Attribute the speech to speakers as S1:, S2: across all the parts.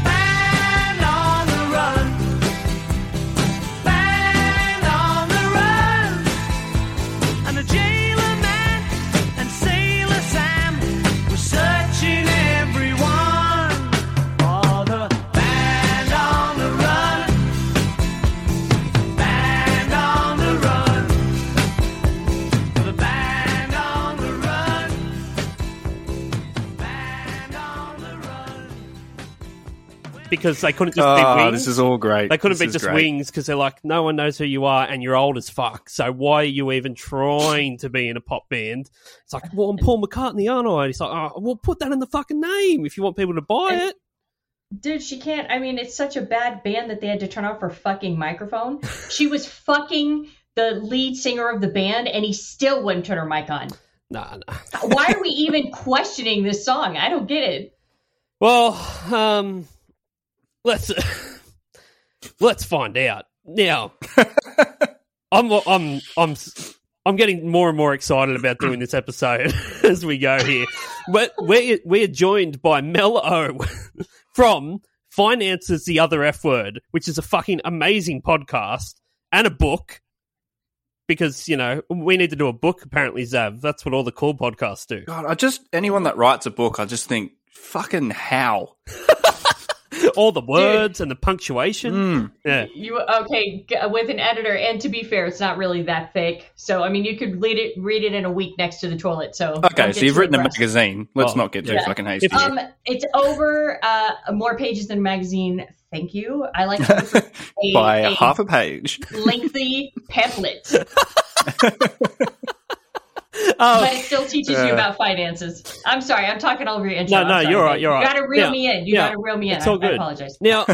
S1: Band on the run. Band on the run. And the jailer man and sailor Sam were searching everyone for the band on the run. Band on the run. The band on the run. Band on the run.
S2: Because they couldn't just be
S3: Oh,
S2: wings.
S3: this is all great.
S2: They could have
S3: This
S2: been
S3: is
S2: just
S3: great.
S2: wings because they're like, no one knows who you are and you're old as fuck. So why are you even trying to be in a pop band? It's like, well, I'm Paul McCartney, aren't I? And he's like, oh, well, put that in the fucking name if you want people to buy
S4: And-
S2: it.
S4: Dude, she can't. I mean, it's such a bad band that they had to turn off her fucking microphone. She was fucking the lead singer of the band, and he still wouldn't turn her mic on.
S2: Nah, nah.
S4: Why are we even questioning this song? I don't get it.
S2: Well, um, let's let's find out now. I'm I'm I'm I'm getting more and more excited about doing this episode as we go here. But we're we're joined by Mel O from Finances the Other F Word, which is a fucking amazing podcast and a book. Because you know we need to do a book. Apparently, Zav. That's what all the cool podcasts do.
S3: God, I just anyone that writes a book, I just think fucking how.
S2: All the words and the punctuation.
S4: Hmm.
S2: Yeah.
S4: You okay g- with an editor? And to be fair, it's not really that fake. So I mean, you could read it, read it in a week next to the toilet. So don't
S3: Okay,
S4: get
S3: so you've
S4: too
S3: written a
S4: depressed.
S3: magazine. Let's
S2: Oh,
S3: not get too
S2: yeah.
S3: fucking hasty.
S2: If-
S3: here.
S4: Um, it's over uh, more pages than a magazine. Thank you. I like to look at a,
S3: By
S4: a
S3: half a page.
S4: lengthy pamphlet,
S2: Oh,
S4: but it still teaches you
S3: Uh.
S4: about finances. I'm sorry, I'm talking all over your intro.
S2: No, no,
S4: I'm sorry.
S2: you're right, you're
S4: You
S2: right.
S4: gotta reel
S2: Yeah,
S4: me in. You
S2: yeah.
S4: gotta reel me in.
S2: It's all
S4: I- I
S2: good.
S4: apologize.
S2: Now,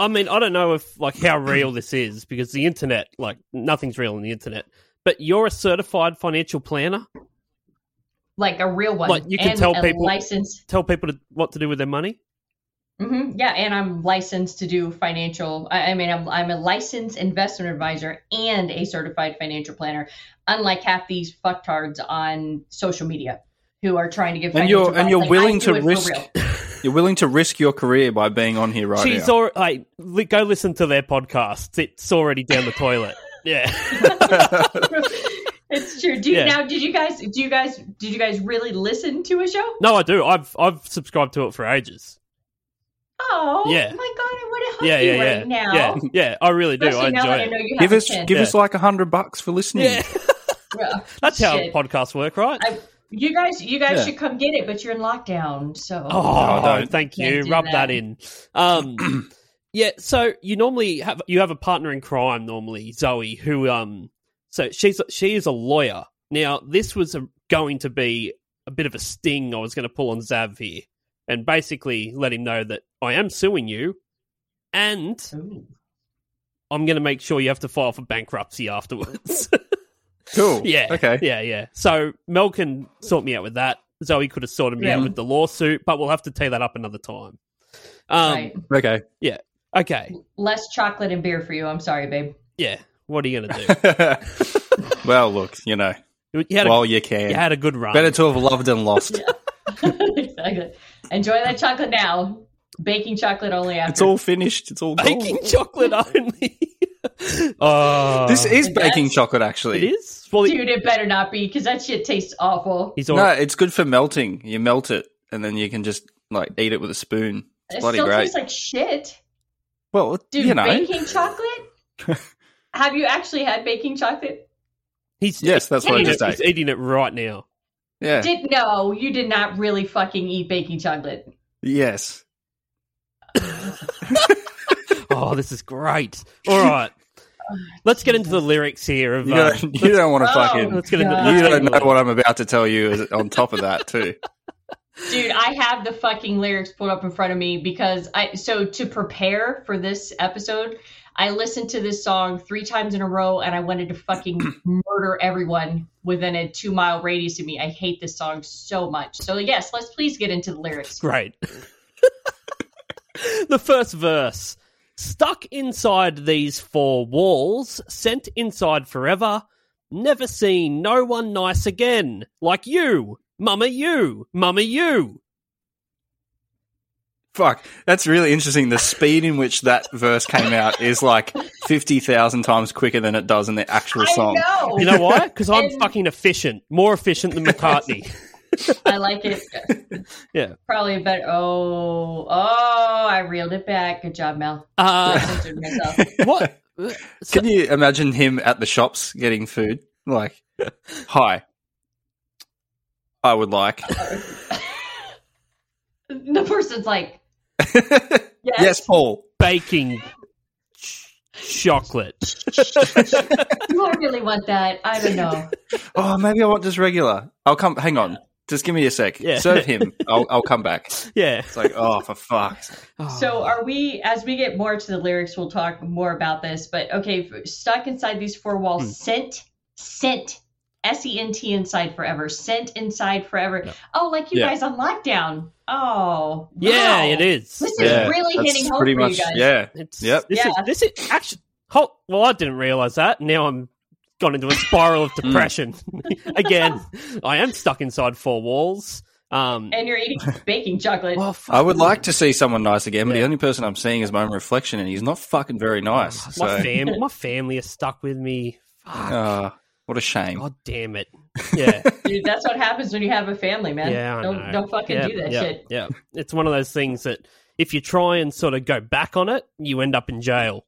S2: I mean, I don't know if like how real this is because the internet, like nothing's real on the internet. But you're a certified financial planner.
S4: Like a real one.
S2: Like, you can
S4: and
S2: tell
S4: a
S2: people-
S4: License.
S2: Tell people to, what to do with their money.
S4: hmm Yeah, and I'm licensed to do financial. I, I mean, I'm I'm a licensed investment advisor and a certified financial planner. Unlike half these fucktards on social media who are trying to give
S3: And
S4: financial
S3: you're and
S4: advice,
S3: you're
S4: like, I
S3: willing
S4: do
S3: to
S4: it for
S3: risk
S4: real.
S3: you're willing to risk your career by being on here right
S2: She's
S3: now.
S2: already like, li- go listen to their podcast. It's already down the toilet. Yeah,
S4: it's true. Do you,
S2: Yeah.
S4: now? Did you guys? Do you guys? Did you guys really listen to a show?
S2: no, I do. I've I've subscribed to it for ages.
S4: Oh,
S2: Yeah.
S4: my god! I want to hug
S2: Yeah,
S4: you
S2: yeah, yeah,
S4: right now.
S2: yeah, yeah. I really do.
S4: Especially
S2: I
S4: now
S2: enjoy
S4: that I
S2: it.
S4: know you have
S3: give
S4: a
S3: us
S4: kid.
S3: give
S2: Yeah.
S3: us like a hundred bucks for listening.
S2: Yeah,
S4: Ugh,
S2: that's how
S4: shit.
S2: podcasts work, right?
S4: I- you guys, you guys
S3: Yeah.
S4: should come get it, but you're in lockdown, so
S2: Oh,
S3: No, I don't.
S2: thank
S4: Can't
S2: you.
S4: do
S2: Rub that,
S4: that.
S2: in. Um, yeah. So you normally have you have a partner in crime, normally Zoe, who um, so she's she is a lawyer. Now this was a, going to be a bit of a sting I was going to pull on Zav here, and basically let him know that I am suing you, and
S4: Ooh.
S2: I'm going to make sure you have to file for bankruptcy afterwards.
S3: Cool.
S2: Yeah.
S3: Okay.
S2: Yeah, yeah. So Mel can sort me out with that. Zoe could have sorted me
S4: Yeah.
S2: out with the lawsuit, but we'll have to tee that up another time. Um,
S4: right.
S3: Okay.
S2: Okay.
S4: less chocolate and beer for you. I'm sorry, babe.
S2: Yeah. What are you going to
S3: well, look, you know,
S2: do? You had,
S3: while
S2: a,
S3: you can,
S2: you had a good run.
S3: better to have loved and lost.
S4: exactly. Enjoy that chocolate now. Baking chocolate only after.
S3: It's all finished. It's all gone.
S2: baking chocolate only. oh,
S3: Oh. This is
S4: Yes.
S3: baking chocolate, actually.
S2: it is. Well,
S4: Dude, it better not be because that shit tastes awful.
S2: he's
S3: No,
S2: already
S3: it's good for melting. You melt it, and then you can just like eat it with a spoon. It's
S4: It
S3: bloody
S4: still
S3: great.
S4: tastes like shit.
S3: well,
S4: Dude,
S3: you know,
S4: baking chocolate? Have you actually had baking chocolate?
S2: He's
S3: yes, that's what I
S2: eating
S3: just
S2: it-
S3: ate.
S2: he's eating it right now.
S3: Yeah.
S4: Did no, you did not really fucking eat baking chocolate.
S3: yes.
S2: Oh, this is great. All right. Let's get into the lyrics here of
S3: You
S2: uh,
S3: don't, you don't want to
S4: Oh.
S3: fucking.
S2: let's get into
S4: God.
S2: let's
S3: You
S2: get
S3: don't
S2: into
S3: know what I'm about to tell you is on top of that too.
S4: Dude, I have the fucking lyrics pulled up in front of me because I so to prepare for this episode, I listened to this song three times in a row and I wanted to fucking murder everyone within a two mile radius of me. I hate this song so much. So yes, let's please get into the lyrics.
S2: Great. the first verse. Stuck inside these four walls, sent inside forever, never seen no one nice again. Like you, mama you, mama you.
S3: Fuck, that's really interesting. The speed in which that verse came out is like fifty thousand times quicker than it does in the actual
S4: I
S3: song.
S4: know.
S2: You know why? Because I'm
S4: And-
S2: fucking efficient, more efficient than McCartney.
S4: I like it.
S2: Yeah.
S4: Probably a better oh oh I reeled it back. Good job, Mel.
S2: Uh,
S4: I censored myself.
S2: what? So-
S3: Can you imagine him at the shops getting food? Like, hi, I would like.
S4: the person's like yes.
S3: yes, Paul.
S2: baking ch- chocolate.
S4: Do I really want that? I don't know.
S3: Oh, maybe I want just regular. I'll come. Hang on. Just give me a sec.
S2: Yeah.
S3: Serve him. I'll, I'll come back. It's
S2: Yeah.
S3: like, oh, for fuck's sake.
S2: Oh.
S4: So, are we, as we get more to the lyrics, we'll talk more about this. But okay, f- stuck inside these four
S2: Hmm.
S4: walls, sent, sent, S E N T inside forever, sent inside forever. Oh, like you
S3: Yeah.
S4: guys on lockdown. Oh,
S2: yeah,
S4: wow.
S2: it is.
S4: This is
S3: Yeah,
S4: really
S3: that's
S4: hitting home
S3: pretty
S4: for
S3: much,
S4: you guys.
S3: Yeah.
S2: It's,
S3: Yep.
S2: This is
S4: Yeah.
S2: this is actually. Ho- well, I didn't realize that. Now I'm gone into a spiral
S3: Hmm.
S2: of depression again. I am stuck inside four walls. Um. oh,
S4: And you're eating baking chocolate.
S2: well, fuck.
S3: I would like to see someone nice again, but
S2: Yeah.
S3: the only person I'm seeing is my own reflection, and he's not fucking very nice. So,
S2: my fam. My family is stuck with me. Fuck.
S3: Ah, what a shame.
S2: God damn it. Yeah.
S4: Dude, that's what happens when you have a family, man.
S2: Yeah. I
S4: don't,
S2: know.
S4: don't fucking
S2: Yeah,
S4: do that
S2: yeah,
S4: shit.
S2: Yeah. It's one of those things that if you try and sort of go back on it, you end up in jail.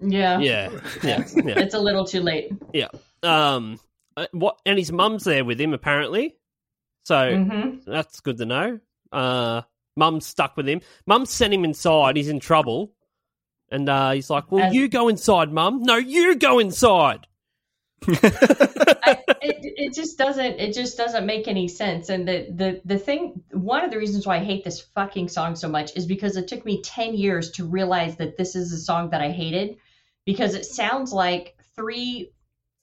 S4: Yeah.
S2: Yeah. Yeah. Yeah.
S4: It's a little too late.
S2: Um. uh, What? And his mum's there with him apparently. So.
S4: hmm
S2: That's good to know. Uh, Mum's stuck with him. Mum sent him inside. He's in trouble. And uh, he's like, Well,
S4: As-
S2: you go inside, Mum. No, you go inside.
S4: I, it, it just doesn't it just doesn't make any sense and the, the the thing one of the reasons why i hate this fucking song so much is because it took me 10 years to realize that this is a song that i hated because it sounds like three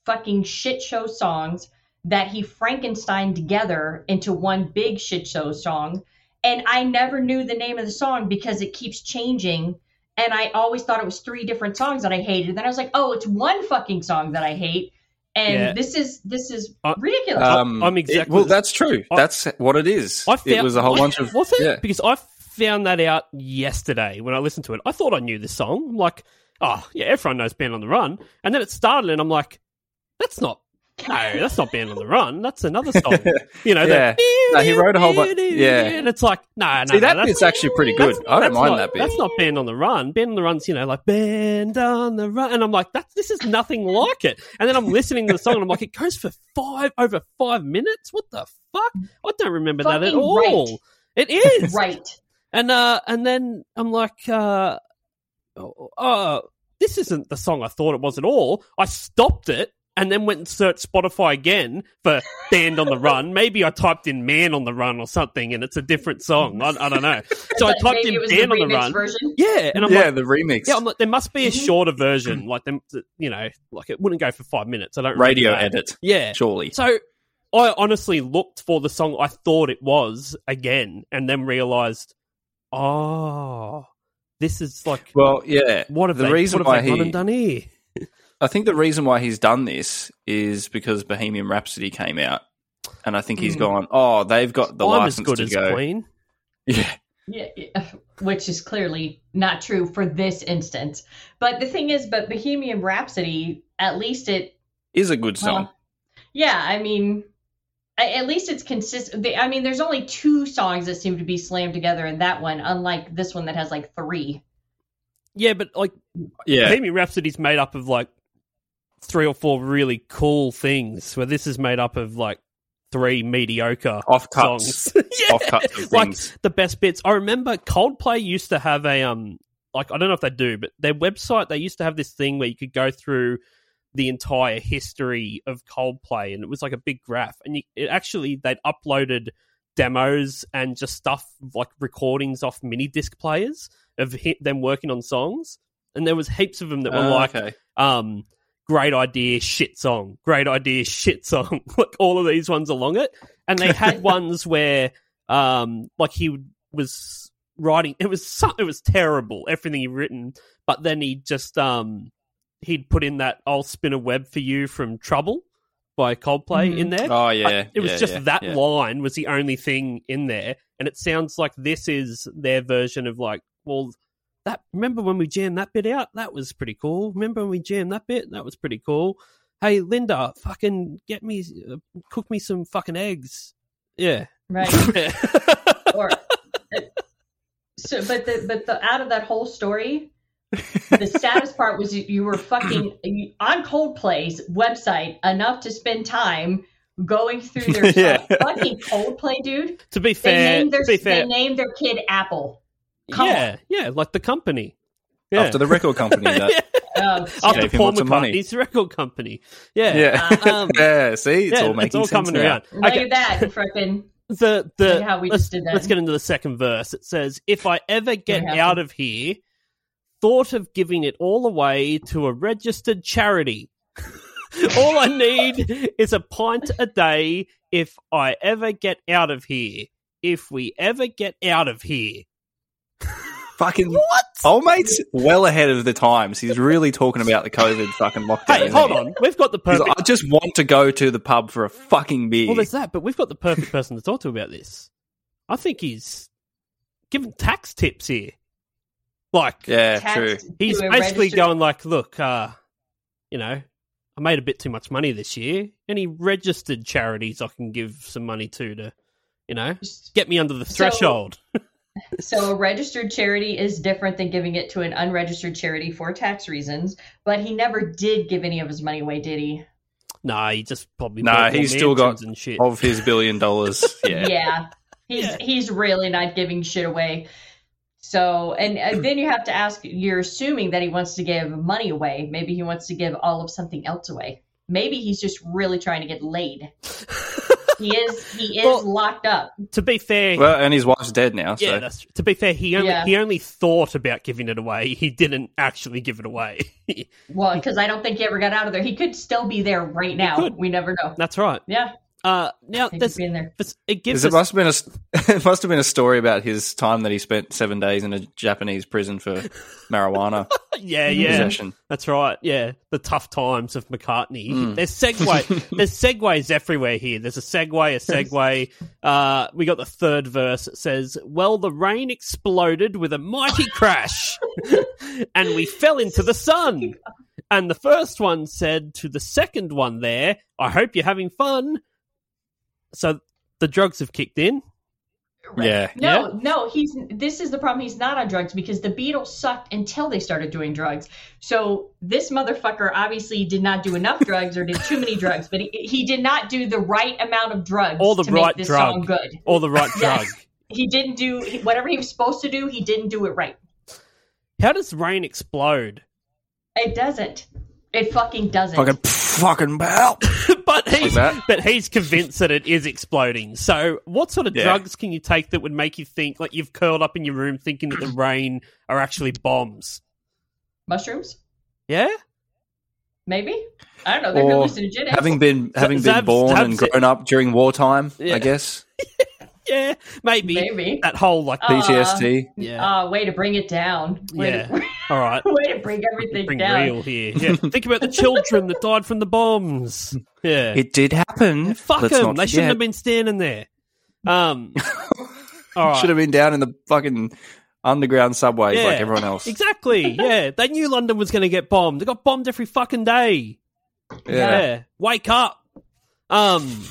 S4: fucking shit show songs that he frankenstein together into one big shit show song and i never knew the name of the song because it keeps changing and i always thought it was three different songs that i hated then i was like oh it's one fucking song that i hate and
S2: Yeah.
S4: this is this is
S2: Uh,
S4: ridiculous.
S3: Um,
S2: I'm
S3: it-
S2: exactly-
S3: well. That's true.
S2: I-
S3: that's what it is.
S2: I found,
S3: it was a whole
S2: I-
S3: bunch of
S2: Was it?
S3: yeah.
S2: Because I found that out yesterday when I listened to it. I thought I knew this song. I'm like, Oh, yeah, everyone knows Band on the Run. And then it started, and I'm like, That's not. No, that's not Band on the Run. That's another song. You know, that-
S3: No, he wrote a whole bunch- yeah.
S2: And it's like, no, no,
S3: See,
S2: no,
S3: that
S2: that's-
S3: bit's actually pretty good.
S2: That's-
S3: I don't
S2: that's
S3: mind
S2: not-
S3: that bit.
S2: That's not Band on the Run. Band on the Run's, you know, like Band on the Run. And I'm like, that's, this is nothing like it. And then I'm listening to the song and I'm like, it goes for five, over five minutes? What the fuck? I don't remember that at
S4: Fucking
S2: all. It is.
S4: right.
S2: And, uh, and then I'm like, uh, oh, uh, this isn't the song I thought it was at all. I stopped it. And then went and searched Spotify again for "Band on the Run." Maybe I typed in "Man on the Run" or something, and it's a different song. I, I don't know. So I
S4: But
S2: typed
S4: maybe
S2: in
S4: it was
S2: "Band on the
S4: remix
S2: Run."
S4: version.
S2: Yeah, and I'm
S3: yeah,
S2: like,
S3: the remix.
S2: yeah, I'm like, there must be a
S4: Mhm.
S2: shorter version. Like, them, you know, like it wouldn't go for five minutes. I don't remember
S3: Radio
S2: that.
S3: edit,
S2: Yeah.
S3: surely.
S2: So I honestly looked for the song I thought it was again, and then realized, oh, this is like
S3: well, yeah.
S2: what have
S3: the
S2: they,
S3: reason
S2: what have
S3: why
S2: they gone
S3: he-
S2: and done here?
S3: I think the reason why he's done this is because Bohemian Rhapsody came out, and I think he's
S4: Mm.
S3: gone. Oh, they've got the
S2: I'm as
S3: license
S2: good
S3: to
S2: as
S3: go.
S2: Queen.
S3: Yeah,
S4: Yeah, yeah, which is clearly not true for this instance. But the thing is, but Bohemian Rhapsody, at least it,
S3: is a good song.
S4: Well, yeah, I mean, a- at least it's consistent. I mean, there's only two songs that seem to be slammed together in that one, unlike this one that has like three.
S2: Yeah, but like
S3: Yeah.
S2: Bohemian Rhapsody's made up of like three or four really cool things, where this is made up of like three mediocre
S3: Off cuts.
S2: songs. yeah,
S3: Off cuts of
S2: like
S3: things.
S2: the best bits. I remember Coldplay used to have a um, like I don't know if they do, but their website they used to have this thing where you could go through the entire history of Coldplay, and it was like a big graph, and you, it actually they'd uploaded demos and just stuff like recordings off mini disc players of hi them working on songs, and there was heaps of them that were
S3: Oh,
S2: like
S3: okay.
S2: um, great idea, shit song, great idea, shit song, like all of these ones along it. And they had ones where, um, like he would- was writing, it was so, it was terrible, everything he written, but then he just, um, he'd put in that I'll spin a web for you from Trouble by Coldplay in there.
S3: Oh
S2: I-
S3: yeah.
S2: it was
S3: yeah,
S2: just
S3: yeah,
S2: that
S3: yeah.
S2: line was the only thing in there, and it sounds like this is their version of like, well, that remember when we jammed that bit out? That was pretty cool. Remember when we jammed that bit? That was pretty cool. Hey, Linda, fucking get me, uh, cook me some fucking eggs. Yeah.
S4: Right. or uh, so but the but the out of that whole story the saddest part was you, you were fucking you- on Coldplay's website enough to spend time going through their
S3: Yeah.
S4: stuff. fucking Coldplay dude
S2: to be
S4: they
S2: fair,
S4: named their
S2: to be
S4: they
S2: fair,
S4: named their kid Apple Come
S2: yeah, yeah, like the company. Yeah.
S3: After the record company. That.
S2: Yeah.
S4: um,
S2: After
S3: Gave him
S2: Paul
S3: lots of money.
S2: McCartney's record company. Yeah.
S3: Yeah.
S2: Um,
S3: yeah. See, it's
S2: yeah,
S3: all making
S2: it's all
S3: sense
S2: coming
S3: now.
S2: around.
S4: look
S2: Okay.
S4: at that frickin'
S2: the the
S4: Look how we
S2: let's,
S4: just did that.
S2: let's get into the second verse. It says, "If I ever get
S4: happened.
S2: out of here, thought of giving it all away to a registered charity. all I need is a pint a day. If I ever get out of here, if we ever get out of here,
S3: Fucking what? Old mate's well ahead of the times. He's really talking about the COVID fucking lockdown.
S2: hey,
S3: isn't
S2: hold
S3: he?
S2: on, we've got the
S3: He's
S2: perfect.
S3: like, I just want to go to the pub for a fucking beer.
S2: well, there's that, but we've got the perfect person to talk to about this. I think he's giving tax tips here, like
S3: yeah,
S4: taxed
S3: true.
S4: to
S2: he's
S4: a
S2: basically
S4: registered-
S2: going like, look, uh, you know, I made a bit too much money this year. Any registered charities I can give some money to to, you know, get me under the
S4: So-
S2: threshold.
S4: So a registered charity is different than giving it to an unregistered charity for tax reasons, but he never did give any of his money away, did he?
S2: Nah, he just probably
S3: Nah,
S2: bought more
S3: he's still
S2: mansions
S3: got
S2: and shit.
S3: Of his billion dollars. Yeah.
S4: He's
S2: Yeah.
S4: he's really not giving shit away. So, and uh, then you have to ask, you're assuming that he wants to give money away. Maybe he wants to give all of something else away. Maybe he's just really trying to get laid. he is he is
S2: Well-
S4: locked up.
S2: to be fair,
S3: Well, and his wife's dead now. So.
S2: yeah, that's to be fair, he only
S4: Yeah.
S2: he only thought about giving it away. He didn't actually give it away.
S4: Well, because I don't think he ever got out of there. He could still be there right now.
S2: could.
S4: We never know.
S2: That's right.
S4: Yeah,
S2: Uh, now
S4: he
S2: there's
S4: could be in there.
S2: it gives
S3: Is it
S2: us
S3: must have been a st- it must have been a story about his time that he spent seven days in a Japanese prison for marijuana
S2: yeah yeah
S3: possession.
S2: That's right. Yeah, the tough times of McCartney. There's segue. there's segues everywhere here. There's a segue, a segue. Uh, we got the third verse. It says, "Well, the rain exploded with a mighty crash, and we fell into the sun." And the first one said to the second one, "There, I hope you're having fun." So the drugs have kicked in.
S3: Yeah,
S4: No, no, he's this is the problem. He's not on drugs because the Beatles sucked until they started doing drugs. So this motherfucker obviously did not do enough drugs or did too many drugs, but he, he did not do the right amount of drugs
S2: All the
S4: to
S2: right
S4: make this
S2: drug.
S4: song good.
S2: Or the right drug.
S4: Yes. He didn't do he- whatever he was supposed to do. He didn't do it right.
S2: How does rain explode?
S4: It doesn't. It fucking doesn't.
S3: fucking fucking bow.
S2: but he's
S3: that?
S2: but he's convinced that it is exploding. So, what sort of
S3: Yeah.
S2: drugs can you take that would make you think like you've curled up in your room thinking that the rain are actually bombs?
S4: Mushrooms,
S2: Yeah,
S4: maybe. I don't know. They're
S3: Or
S4: hallucinogenic.
S3: having been having been
S2: Zab's-
S3: born
S2: Zab's
S3: and
S2: it.
S3: grown up during wartime,
S2: Yeah.
S3: I guess
S2: yeah, maybe,
S4: Maybe.
S2: that whole like
S4: Uh,
S3: PTSD.
S2: yeah,
S4: Ah, way to bring it down. Way
S2: yeah.
S4: To,
S2: All right,
S4: way to bring everything
S2: bring
S4: down.
S2: real here. Yeah. Think about the children that died from the bombs. Yeah,
S3: it did happen.
S2: fuck
S3: Let's
S2: them.
S3: not
S2: They shouldn't
S3: forget.
S2: have been standing there. Um, all right.
S3: Should have been down in the fucking underground subways like
S2: Yeah.
S3: everyone else.
S2: Exactly. Yeah, they knew London was going to get bombed. It got bombed every fucking day.
S3: Yeah.
S2: Yeah. Wake up. Um,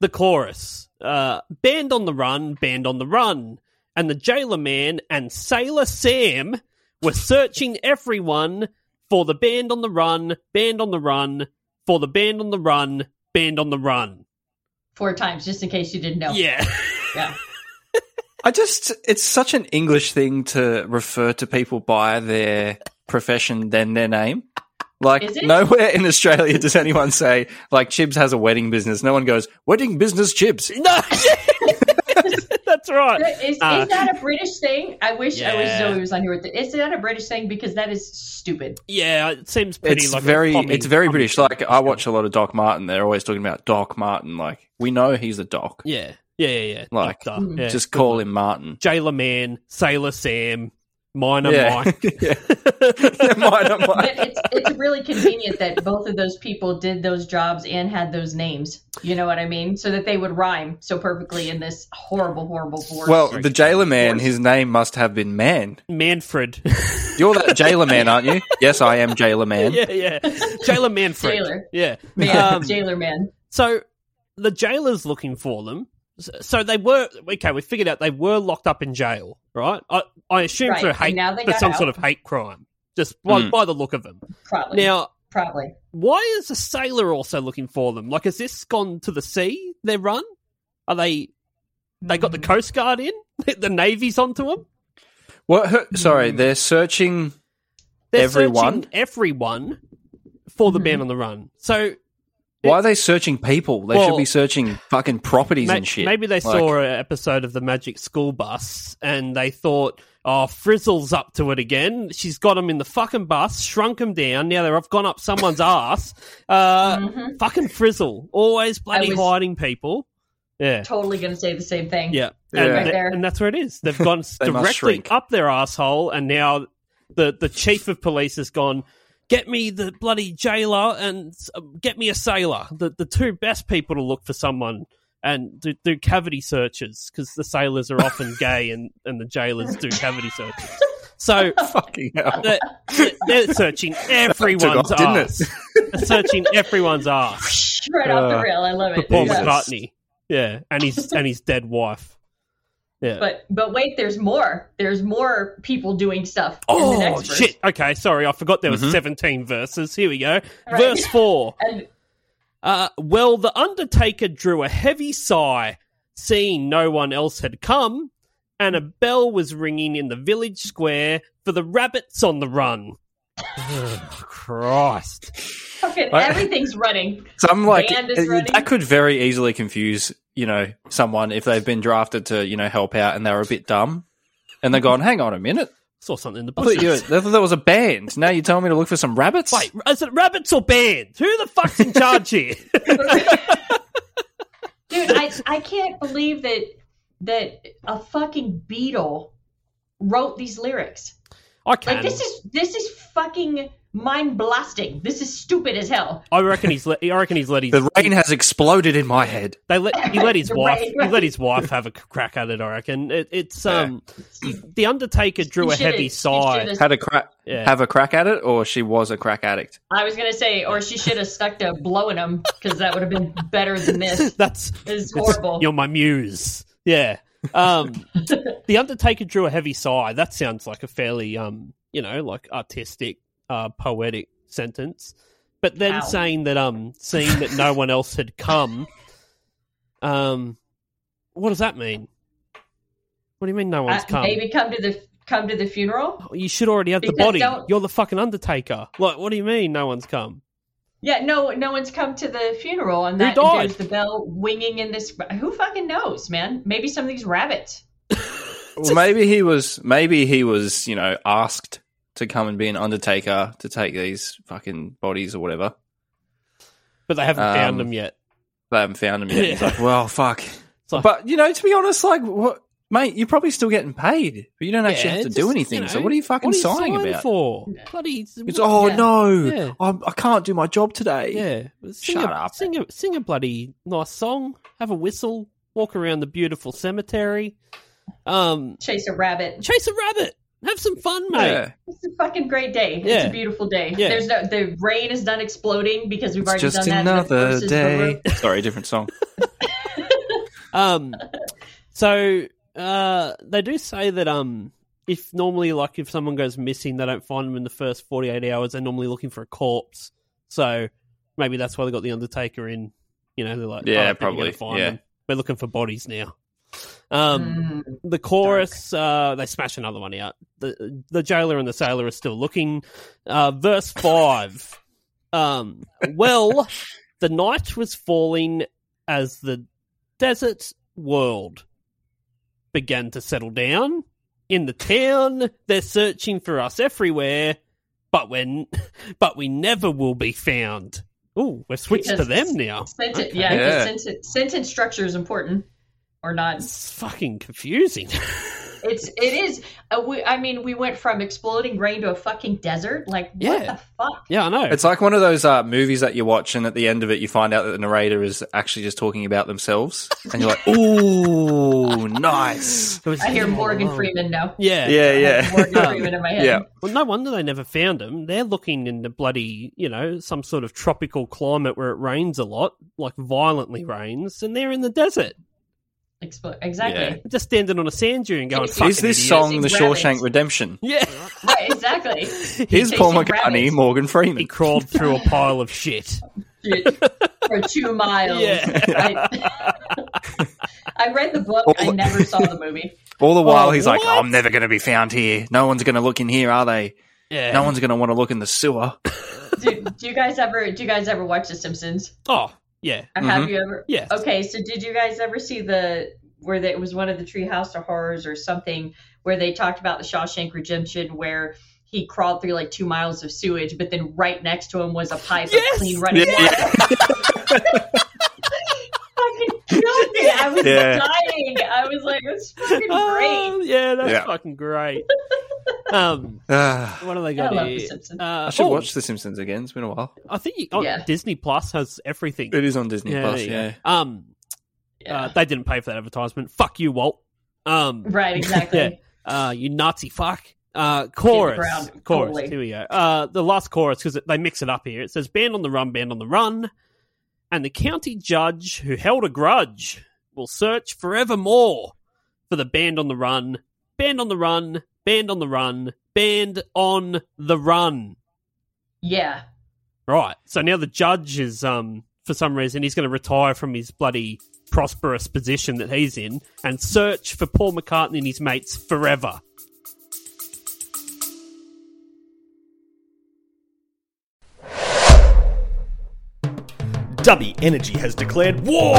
S2: the chorus uh, Band on the Run, Band on the Run. And the jailer man and Sailor Sam were searching everyone for the band on the run, band on the run, for the band on the run, band on the run.
S4: four times, just in case you didn't know.
S2: Yeah.
S4: Yeah.
S3: I just, it's such an English thing to refer to people by their profession than their name. Like,
S4: Is it?
S3: nowhere in Australia does anyone say, like, Chibs has a wedding business. No one goes, wedding business Chibs.
S2: No. That's right.
S4: Is, is
S2: Uh,
S4: that a British thing? I wish I wish
S2: Yeah.
S4: Zoe was on here with it. Is that a British thing? Because that is stupid.
S2: Yeah, it seems pretty
S3: It's
S2: like a
S3: very,
S2: common-
S3: it's very
S2: common-
S3: British. Like, I watch a lot of Doc Martin. They're always talking about Doc Martin. Like, we know he's a doc.
S2: Yeah. Yeah, yeah, yeah.
S3: Like,
S2: Doctor,
S4: Hmm.
S2: yeah.
S3: Just call him Martin.
S2: jailer man, sailor Sam, miner
S3: Yeah.
S2: Mike.
S3: yeah. Minor Mike.
S4: But it's it's really convenient that both of those people did those jobs and had those names. You know what I mean? So that they would rhyme so perfectly in this horrible, horrible board.
S3: Well, the jailer man, his name must have been Man.
S2: Manfred.
S3: You're that jailer man, aren't you? Yes, I am jailer man.
S2: yeah, yeah. Jailer Manfred.
S4: Jailer.
S2: Yeah.
S4: man,
S2: Um,
S4: jailer man.
S2: So the jailer's looking for them. S- So they were okay. We figured out they were locked up in jail, right? I, I assume
S4: Right,
S2: for
S4: and
S2: hate,
S4: now they
S2: for
S4: got
S2: some
S4: out.
S2: sort of hate crime, just by,
S3: Mm.
S2: by the look of them.
S4: Probably.
S2: Now,
S4: probably.
S2: why is the sailor also looking for them? Like, has this gone to the sea? Their run? Are they? They got the
S4: Mm.
S2: coast guard in. The navy's onto them.
S3: What? Her, sorry,
S2: Hmm.
S3: they're searching.
S2: They're
S3: Everyone?
S2: searching everyone for
S4: Mm-hmm.
S2: the man on the run. So
S3: Why are they searching people? They
S2: Well-
S3: should be searching fucking properties
S2: Ma-
S3: and shit.
S2: Maybe they
S3: Like,
S2: saw an episode of the Magic School Bus and they thought, "Oh, Frizzle's up to it again. She's got him in the fucking bus, shrunk him down. Now they've gone up someone's ass.
S4: Mm-hmm.
S2: Uh, Fucking Frizzle, always bloody
S4: was-
S2: hiding people. Yeah,
S4: Totally going to say the same thing.
S2: yeah,
S3: Yeah.
S2: And,
S3: Right
S2: tha-
S4: there.
S2: and that's where it is. They've gone
S3: They must
S2: directly
S3: shrink.
S2: up their asshole, and now the the chief of police has gone. Get me the bloody jailer and s- get me a sailor. The the two best people to look for someone and do, do cavity searches because the sailors are often gay and, and the jailers do cavity searches. So
S3: fucking hell.
S2: they're, they're searching everyone's
S3: off, didn't it?
S2: ass. They're searching everyone's ass
S4: Right off
S3: Uh,
S4: the rail. I love
S2: for
S4: it.
S2: Paul
S3: Jesus.
S4: Yeah.
S2: McCartney. Yeah, and his and his dead wife. Yeah.
S4: But but wait, there's more. There's more people doing stuff. in the
S2: Oh
S4: next verse.
S2: shit! Okay, sorry, I forgot there were
S3: Mm-hmm.
S2: seventeen verses. Here we go. Verse four.
S4: And
S2: Uh, well, the undertaker drew a heavy sigh, seeing no one else had come, and a bell was ringing in the village square for the rabbits on the run. Ugh, Christ!
S4: fucking
S3: I-
S4: everything's running.
S3: So I'm like,
S4: Band is
S3: it-
S4: running.
S3: that could very easily confuse you know someone if they've been drafted to you know help out and they're a bit dumb. And they're gone. Hang on a minute.
S2: Saw something in the
S3: I thought you. I
S2: bushes.
S3: thought there was a band. Now you're telling me to look for some rabbits.
S2: Wait, is it rabbits or band? Who the fuck's in charge here?
S4: Dude, I, I can't believe that that a fucking Beatle wrote these lyrics.
S2: I can.
S4: Like this is this is fucking mind blasting. This is stupid as hell.
S2: I reckon he's. Let, I reckon he's let his.
S3: The rain has exploded in my head.
S2: They let he let his
S4: Right,
S2: wife he
S4: right.
S2: let his wife have a c- crack at it. I reckon it, it's um the Undertaker drew
S4: You
S2: a
S4: should've-
S2: heavy
S4: you
S2: sigh.
S4: should've-
S3: Had a crack.
S2: Yeah.
S3: Have a crack at it, or she was a crack addict.
S4: I was gonna say, or she should have stuck to blowing them because that would have been better than this.
S2: That's
S4: It's
S2: it's-
S4: horrible.
S2: You're my muse. Yeah. Um, the Undertaker drew a heavy sigh. That sounds like a fairly um you know like artistic uh poetic sentence, but then
S4: Ow.
S2: saying that um seeing that no one else had come, um, what does that mean? What do you mean no one's
S4: Uh,
S2: come?
S4: Maybe come to the come to the funeral.
S2: You should already have the
S4: Because
S2: body.
S4: don't-
S2: You're the fucking Undertaker. Like, what do you mean? No one's come.
S4: Yeah, no, no one's come to the funeral, and
S2: Who
S4: that
S2: died?
S4: there's the bell winging in this. Who fucking knows, man? Maybe some of these rabbits.
S3: Well, maybe he was. Maybe he was. You know, asked to come and be an undertaker to take these fucking bodies or whatever.
S2: But they haven't found
S3: Um,
S2: them yet.
S3: They haven't found him yet. He's like, well, fuck.
S2: like-
S3: but you know, to be honest, like, what, mate, you're probably still getting paid, but you don't actually
S2: Yeah,
S3: have to
S2: it's
S3: do
S2: just,
S3: anything.
S2: you know,
S3: so what are you fucking
S2: what
S3: sighing
S2: sighing
S3: about?
S2: for? Bloody.
S3: It's oh
S4: Yeah.
S3: no,
S2: Yeah.
S3: I'm, I can't do my job today.
S2: yeah. Sing
S3: Shut
S2: a,
S3: up.
S2: Sing a, sing a bloody nice song. Have a whistle. Walk around the beautiful cemetery. Um,
S4: Chase a rabbit.
S2: chase a rabbit. Have some fun, mate.
S3: Yeah.
S4: It's a fucking great day. It's
S2: Yeah.
S4: a beautiful day.
S2: Yeah.
S4: There's no the rain is done exploding because we've
S3: It's
S4: already
S3: just
S4: done that. in the
S3: another
S4: verses
S3: day.
S4: over.
S3: Sorry, different song.
S2: Um, so uh, they do say that um, if normally, like, if someone goes missing, they don't find them in the first 48 hours. They're normally looking for a corpse. So maybe that's why they got the Undertaker in. You know, they're like,
S3: Yeah,
S2: "Oh, people are gonna
S3: probably,
S2: Find
S3: yeah.
S2: them. We're looking for bodies now. Um,
S4: Mm.
S2: the chorus, uh, they smash another one out. The the jailer and the sailor are still looking. Uh, verse five. um, well, the night was falling as the desert world began to settle down. In the town, they're searching for us everywhere, but when, but we never will be found. Ooh, we've switched to
S4: Because
S2: them now.
S4: Sentence, yeah,
S3: Yeah.
S4: because Sentence, sentence structure is important or not.
S2: It's fucking confusing.
S4: It's it is. Uh, we, I mean, we went from exploding rain to a fucking desert. Like what
S2: Yeah.
S4: the fuck?
S2: yeah, I know.
S3: It's like one of those uh, movies that you watch, and at the end of it, you find out that the narrator is actually just talking about themselves, and you're like, "Ooh, nice."
S2: It was-
S4: I hear Morgan Freeman now.
S2: Yeah,
S3: Yeah, yeah,
S4: Morgan Freeman in my head.
S3: yeah.
S2: Well, no wonder they never found him. They're looking in the bloody, you know, some sort of tropical climate where it rains a lot, like violently rains, and they're in the desert,
S4: Expl- exactly.
S2: just standing on a sand dune going,
S4: Is
S2: fucking
S3: Is this
S2: idiot."
S3: song "The
S4: Rabbits.
S3: Shawshank Redemption"?
S2: Yeah.
S4: Right, exactly.
S3: Here's Paul
S4: Chasing
S3: McCartney,
S4: rabbits.
S3: Morgan
S2: He
S3: Freeman.
S2: crawled through a pile of shit.
S4: For two miles.
S2: Yeah.
S4: I, I read the book. I never saw the movie.
S3: All the while,
S2: Oh,
S3: he's like,
S2: what?
S3: "I'm never going to be found here. No one's going to look in here, are they?
S2: Yeah.
S3: No one's going to want to look in the sewer."
S4: Do, do you guys ever? Do you guys ever watch The Simpsons?
S2: Oh, yeah.
S4: Or Have you ever?
S2: Yes.
S4: Okay, so did you guys ever see the where that it was one of the Treehouse of Horrors or something where they talked about the Shawshank Redemption where he crawled through like two miles of sewage, but then right next to him was a pipe
S2: Yes!
S4: of clean running water. Fucking killed me. I was
S3: Yeah.
S4: dying. I was like, it's fucking great.
S2: Oh, yeah, that's
S3: Yeah.
S2: fucking great. Um,
S3: Ah.
S2: what are they
S4: I
S2: got
S4: love
S2: here?
S4: The Simpsons.
S2: Uh,
S3: I should
S2: oh,
S3: watch The Simpsons again. It's been a while.
S2: I think you, oh,
S4: Yeah.
S2: Disney Plus has everything.
S3: It is on Disney Plus.
S2: there you
S3: Yeah.
S2: go. Um, Uh,
S4: Yeah.
S2: they didn't pay for that advertisement. Fuck you, Walt. Um,
S4: right, exactly.
S2: yeah. Uh, you Nazi fuck. Uh, chorus.
S4: Brown,
S2: chorus.
S4: totally.
S2: Here we go. Uh, the last chorus, because they mix it up here. It says, Band on the run, band on the run. And the county judge who held a grudge will search forevermore for the band on the run, band on the run, band on the run, band on the run.
S4: Yeah.
S2: Right. So now the judge is, um, for some reason, he's going to retire from his bloody prosperous position that he's in and search for Paul McCartney and his mates forever.
S5: Dubby Energy has declared war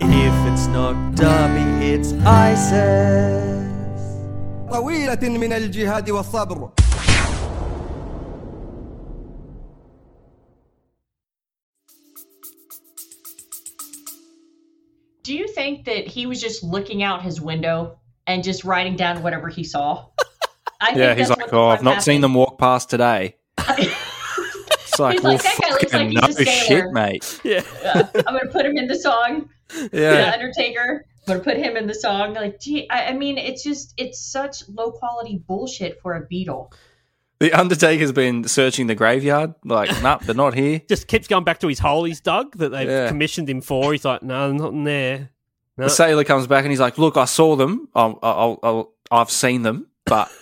S5: if it's not dubby, it's ISIS.
S6: طويلة من الجهاد والصبر
S4: Do you think that he was just looking out his window and just writing down whatever he saw? I
S3: Yeah. He's
S4: that's
S3: like,
S4: what
S3: "Oh, I've
S4: fuck
S3: not seen
S4: happened."
S3: them walk past today." It's like,
S4: He's
S3: well,
S4: like, "That guy looks
S3: fucking
S4: like he's a
S3: no shit,
S4: sailor."
S3: mate.
S2: Yeah.
S4: Yeah. I'm gonna put him in the song. The
S3: Yeah.
S4: Undertaker. I'm gonna put him in the song. Like, gee, I, I mean, it's just it's such low quality bullshit for a Beatle.
S3: The Undertaker's been searching the graveyard. Like, nah, they're not here.
S2: Just keeps going back to his hole he's dug that they've
S3: Yeah.
S2: commissioned him for. He's like, no, not in there. No.
S3: The sailor comes back and he's like, "Look, I saw them. i I'll, I'll, I've seen them, but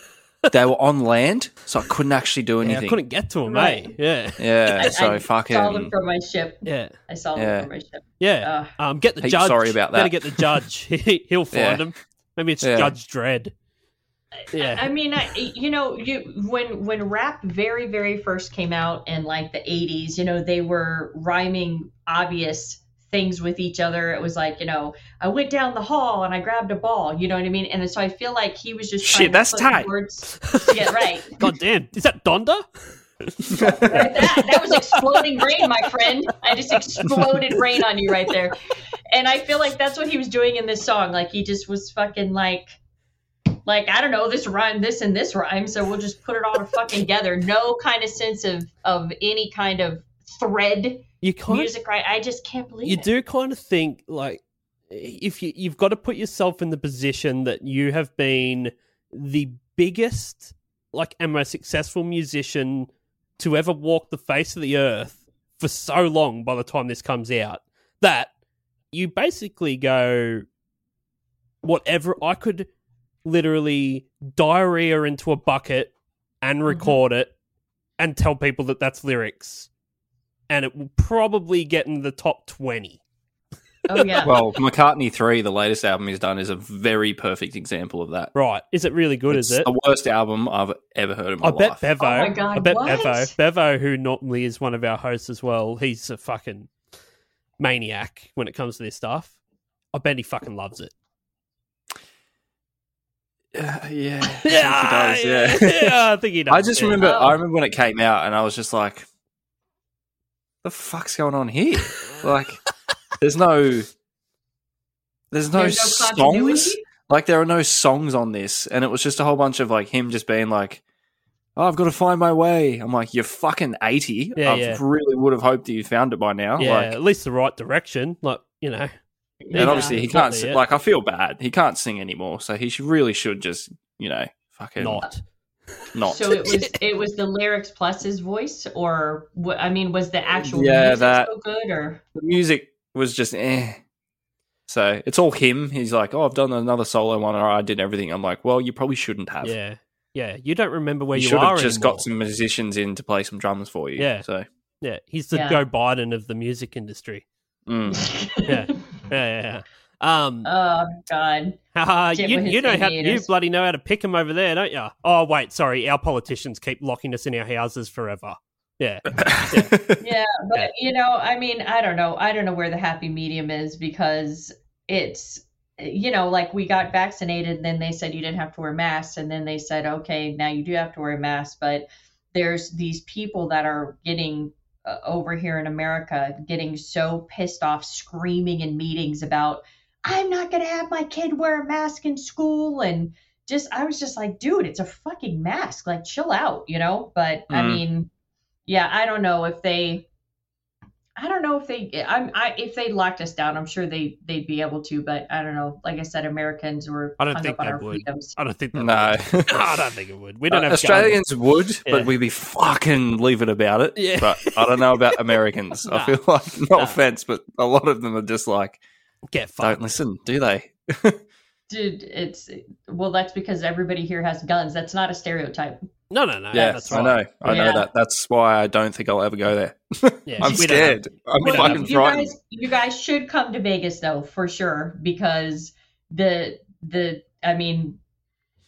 S3: they were on land, so I couldn't actually do
S2: yeah,
S3: anything."
S2: I couldn't get to him,
S4: Right.
S2: mate. Yeah.
S3: Yeah,
S4: I,
S3: so
S4: I saw them
S3: fucking
S4: from my ship.
S2: Yeah.
S4: I saw them
S3: Yeah.
S4: from my ship.
S2: Yeah. um, get the
S3: Heaps
S2: judge.
S3: sorry about that.
S2: Better get the judge. He- He'll find
S3: Yeah.
S2: him. Maybe it's
S3: Yeah.
S2: Judge Dredd. Yeah.
S4: I mean, I, you know, you when when rap very very first came out in like the '80s, you know, they were rhyming obvious things with each other. It was like, you know, I went down the hall and I grabbed a ball. You know what I mean? And so I feel like he was just trying to
S3: Shit, that's
S4: put
S3: tight.
S4: Words. Yeah, right.
S2: God damn. Is that Donda?
S4: Like that, that was exploding rain, my friend. I just exploded rain on you right there. And I feel like that's what he was doing in this song. Like he just was fucking like like I don't know, this rhyme, this and this rhyme, so we'll just put it all fucking together. No kind of sense of of any kind of thread
S2: You kind
S4: music right. I just can't believe
S2: you
S4: it.
S2: do kind of think like if you you've got to put yourself in the position that you have been the biggest like and most successful musician to ever walk the face of the earth for so long by the time this comes out that you basically go whatever I could literally diarrhea into a bucket and
S3: Mm-hmm.
S2: record it and tell people that that's lyrics and it will probably get in the top 20
S4: Oh yeah.
S3: Well, McCartney 3, the latest album he's done, is a very perfect example of that.
S2: Right. Is it really good?
S3: it's
S2: is it?
S3: the worst album I've ever heard in my
S2: I bet
S3: life.
S2: Bevo.
S4: Oh my God,
S2: I bet
S4: what?
S2: Bevo. Bevo, who normally is one of our hosts as well, he's a fucking maniac when it comes to this stuff. I bet he fucking loves it.
S3: Uh, yeah.
S2: Yeah,
S3: I think he does, yeah.
S2: yeah, I think he does.
S3: I just
S2: yeah.
S3: remember
S4: Oh.
S3: I remember when it came out and I was just like the fuck's going on here? like there's no there's no,
S4: There's no E continuity?
S3: songs. Like there are no songs on this and it was just a whole bunch of like him just being like Oh, I've got to find my way. I'm like, you're fucking 80.
S2: Yeah,
S3: I
S2: yeah.
S3: really would have hoped that you found it by now.
S2: Yeah,
S3: Oh, like,
S2: at least the right direction. Like you know,
S3: and obviously he
S2: it's not
S3: can't.
S2: there
S3: Sing,
S2: yet.
S3: like, I feel bad. He can't sing anymore. So he should, really should just, you know, fucking not.
S2: not.
S4: So it was it was the lyrics plus his voice, or wha- I mean, was the actual
S3: Yeah,
S4: music
S3: that-
S4: so good, or
S3: the music was just eh. So it's all him. He's like, oh, I've done another solo one, or I did everything. I'm like, well, you probably shouldn't have.
S2: Yeah, yeah. You don't remember where
S3: you,
S2: you,
S3: should
S2: are
S3: have just
S2: anymore.
S3: got some musicians in to play some drums for you.
S2: Yeah.
S3: So
S2: Yeah, he's the
S4: Yeah.
S2: Joe Biden of the music industry.
S3: mm.
S2: Yeah, yeah, yeah. yeah. Um,
S4: oh god,
S2: Haha,
S4: Shit
S2: you,
S4: with his
S2: you know how you
S4: aviators.
S2: bloody know how to pick them over there, don't you? Oh wait, sorry, our politicians keep locking us in our houses forever. Yeah,
S4: yeah. But you know, I mean, I don't know, I don't know where the happy medium is because it's you know, like we got vaccinated, and then they said you didn't have to wear masks, and then they said, okay, now you do have to wear a mask, but there's these people that are getting uh, over here in America getting so pissed off, screaming in meetings about, I'm not going to have my kid wear a mask in school. And just, I was just like, dude, it's a fucking mask. Like, chill out, you know? But I
S3: Mm.
S4: mean, yeah, I don't know if they. I don't know if they, I'm, I if they locked us down, I'm sure they they'd be able to, but I don't know. Like I said, Americans were
S2: I don't
S4: hung
S2: think
S4: up on
S2: they
S4: our
S2: would.
S4: freedoms.
S2: I don't think that
S3: no, Uh,
S2: would. I don't think it would. We don't have guns.
S3: Australians would,
S2: Yeah.
S3: but we'd be fucking leaving about it.
S2: Yeah.
S3: But I don't know about Americans.
S2: Nah.
S3: I feel like no
S2: Nah.
S3: offense, but a lot of them are just like,
S2: get
S3: don't
S2: fucked.
S3: listen, do they?
S4: Dude, it's well, that's because everybody here has guns. That's not a stereotype.
S2: No, no, no.
S3: yeah,
S2: that's right.
S3: I know. I
S4: Yeah.
S3: know that. That's why I don't think I'll ever go there.
S2: Yeah,
S3: I'm
S2: we don't have-
S3: scared. I'm
S2: we don't have-
S3: fucking
S4: you
S3: frightened.
S4: guys, you guys should come to Vegas though, for sure, because the the I mean,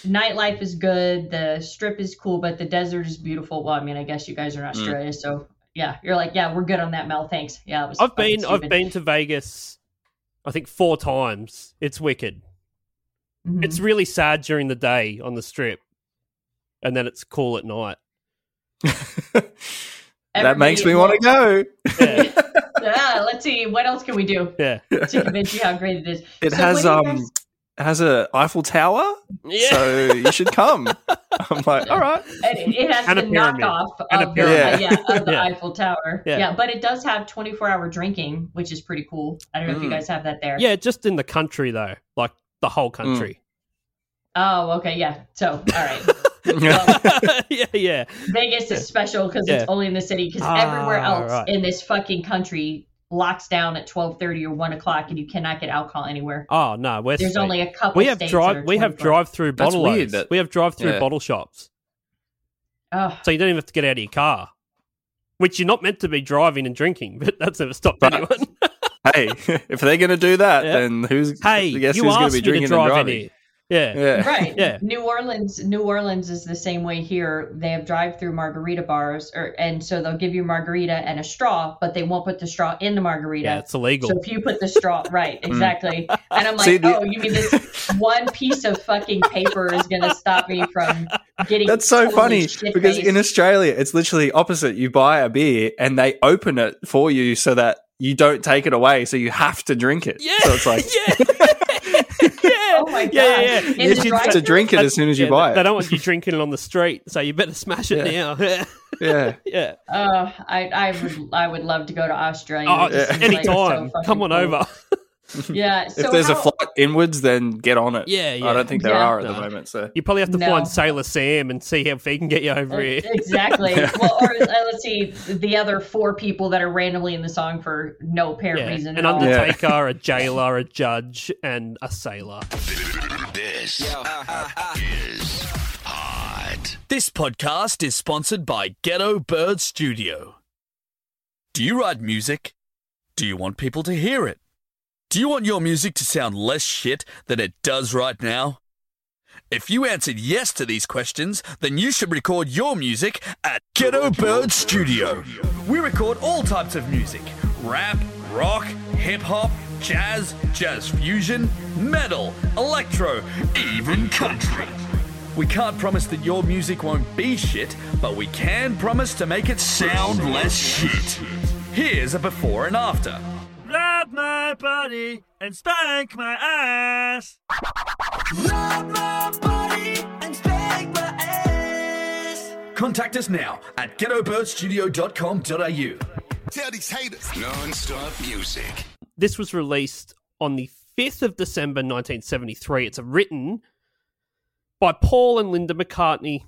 S4: nightlife is good. The strip is cool, but the desert is beautiful. Well, I mean, I guess you guys are not
S3: Mm.
S4: Australia, so yeah, you're like, yeah, we're good on that, Mel. Thanks. Yeah, it was
S2: I've
S4: fucking
S2: been. I've
S4: stupid.
S2: been to Vegas. I think four times. It's wicked.
S4: Mhm.
S3: Mm.
S2: It's really sad during the day on the strip, and then it's cool at night.
S3: that makes me want to go.
S2: Yeah,
S4: Yeah, Ah, let's see. What else can we do
S2: yeah,
S4: to convince you how great it is?
S3: It
S4: So
S3: has
S4: what
S3: um,
S4: do you guys-
S3: it has a Eiffel Tower,
S2: yeah.
S3: so you should come. I'm like, all right,
S4: It, it has
S2: And a
S4: the
S2: pyramid.
S4: knockoff
S2: And a
S4: of, the,
S3: pyramid.
S4: yeah, of the
S2: Yeah.
S4: Eiffel Tower.
S2: Yeah.
S4: Yeah. but it does have 24 hour drinking, which is pretty cool. I don't know if you
S3: Mm.
S4: guys have that there.
S2: yeah, just in the country though, like the whole country.
S4: Oh, okay. Yeah. So, all right.
S2: yeah, yeah.
S4: Vegas is special because
S2: Yeah.
S4: it's only in the city because
S2: Ah,
S4: everywhere else
S2: right.
S4: in this fucking country locks down at 12.30 or 1 o'clock and you cannot get alcohol anywhere.
S2: Oh no, we're
S4: There's
S2: sweet.
S4: only a couple
S2: we have
S4: states that
S2: drive
S4: are
S2: we have
S4: 24.
S2: drive through
S3: That's
S2: bottle
S3: weird
S2: loads.
S3: that-
S2: we have drive through
S3: Yeah.
S2: bottle shops,
S4: Ugh.
S2: so you don't even have to get out of your car, which you're not meant to be driving and drinking. But that's never stopped
S3: But-
S2: anyone.
S3: hey, if they're gonna do that,
S2: Yeah.
S3: then who's?
S2: hey,
S3: I guess
S2: you
S3: who's gonna
S2: asked
S3: be
S2: me to
S3: drinking and
S2: drive in
S3: driving?
S2: here. Yeah.
S3: Yeah.
S4: right
S2: Yeah.
S4: new orleans new orleans is the same way here they have drive through margarita bars or and so they'll give you margarita and a straw but they won't put the straw in the margarita
S2: Yeah, it's illegal.
S4: so if you put the straw right exactly and i'm like
S3: Mm. See, the-
S4: oh you mean this one piece of fucking paper is gonna stop me from getting
S3: That's so
S4: totally
S3: funny because in
S4: shit-faced?
S3: Australia, it's literally opposite. You buy a beer and they open it for you so that you don't take it away. So you have to drink it.
S2: Yeah.
S3: So it's like,
S4: oh my god
S2: Yeah, yeah, yeah.
S4: In
S3: you
S4: the
S3: should have
S4: drive-thru?
S3: to drink it as soon as you
S2: Yeah,
S3: buy
S2: they,
S3: it.
S2: they don't want you drinking it on the street, so you better smash it now.
S3: yeah.
S2: yeah.
S4: Oh, I, I would, I would love to go to Australia.
S2: Oh,
S4: It seems like it's so
S2: anytime.
S4: fucking
S2: Come on
S4: cool.
S2: over.
S4: Yeah.
S3: If
S4: so
S3: there's a
S4: how-
S3: flight inwards, then get on it.
S2: Yeah, yeah.
S3: I don't think there
S4: Yeah.
S3: are at
S2: No.
S3: the moment. So
S2: You probably have to
S4: No.
S2: find Sailor Sam and see if he can get you over here.
S4: Exactly. Well, or uh, let's see the other four people that are randomly in the song for no apparent
S2: Yeah.
S4: reason.
S2: An
S4: at all.
S3: Yeah.
S2: undertaker, a jailer, a judge, and a sailor.
S7: This podcast is sponsored by Ghetto Bird Studio. Do you write music? Do you want people to hear it? Do you want your music to sound less shit than it does right now? If you answered yes to these questions, then you should record your music at Ghetto Bird Studio. We record all types of music rap, rock, hip hop, jazz, jazz fusion, metal, electro, even country. We can't promise that your music won't be shit, but we can promise to make it sound less shit. Here's a before and after. Rub my body and spank my ass. Contact us now at ghettobirdstudio.com.au.
S8: Tell these haters. Non-stop music.
S2: This was released on the 5th of December 1973. It's written by Paul and Linda McCartney.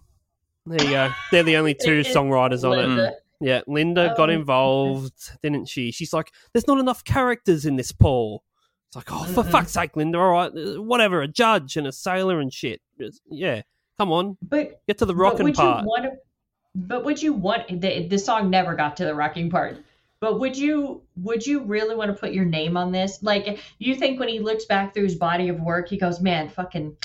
S2: There you go. They're the only two songwriters on it.
S3: Mm.
S4: Linda.
S2: Yeah, Linda got
S4: Oh, okay.
S2: involved, didn't she? She's like, there's not enough characters in this Paul. It's like, oh, for fuck's sake, Linda, all right, uh, whatever, a judge and a sailor and shit. It's- yeah, come on,
S4: But
S2: get to the
S4: but
S2: rocking
S4: would
S2: part.
S4: You want to, but would you want the, the song never got to the rocking part? But would you would you really want to put your name on this? Like you think when he looks back through his body of work, he goes, "Man, fucking